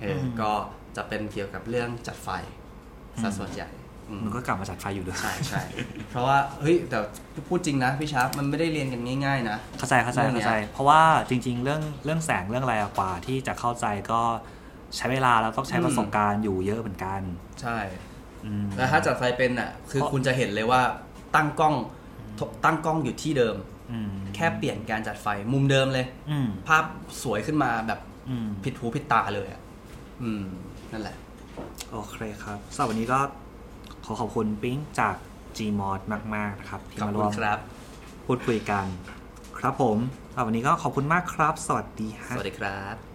เอออ
ม
ก็จะเป็นเกี่ยวกับเรื่องจัดไฟซะส่วนใหญ่อืม
มันก็กลับมาจัดไฟอยู่ด้วย
ใช่ใช่เพราะว่า เฮ้ย แต่พูดจริงนะพี่ชาร์ปมันไม่ได้เรียนกันง่ายๆนะ
เข้าใจเข้าใจ
เรื่องเนี้ย
เข้าใจ เพราะว่าจริง ๆ เรื่องเรื่องแสงเรื่องอะไรอะกว่าที่จะเข้าใจก็ใช้เวลาแล้วต้องใช้ประสบการณ์อยู่เยอะเหมือนกัน
ใช่
อืม
แล้วถ้าจัดไฟเป็นอ่ะคือ
เพราะ
คุณจะเห็นเลยว่าตั้งกล้องตั้งกล้องอยู่ที่เดิม
อืม
แค่เปลี่ยนการจัดไฟมุมเดิมเลย
อืม
ภาพสวยขึ้นมาแบบ
อืม
ผิดหูผิดตาเลยอ่ะ อืม นั่นแหละ
โอเคครับสำหรับวันนี้ก็ขอขอบคุณปิ๊งจาก Gmod มาก ๆ นะครับที่
ขอบ
มา
คุ
ร่ว
ณ
ม
ครับ
พูดคุยกัน ครับผมสำหรับวันนี้ก็ขอบคุณมากครับ สวัสดีฮะ
สวัสดีครับ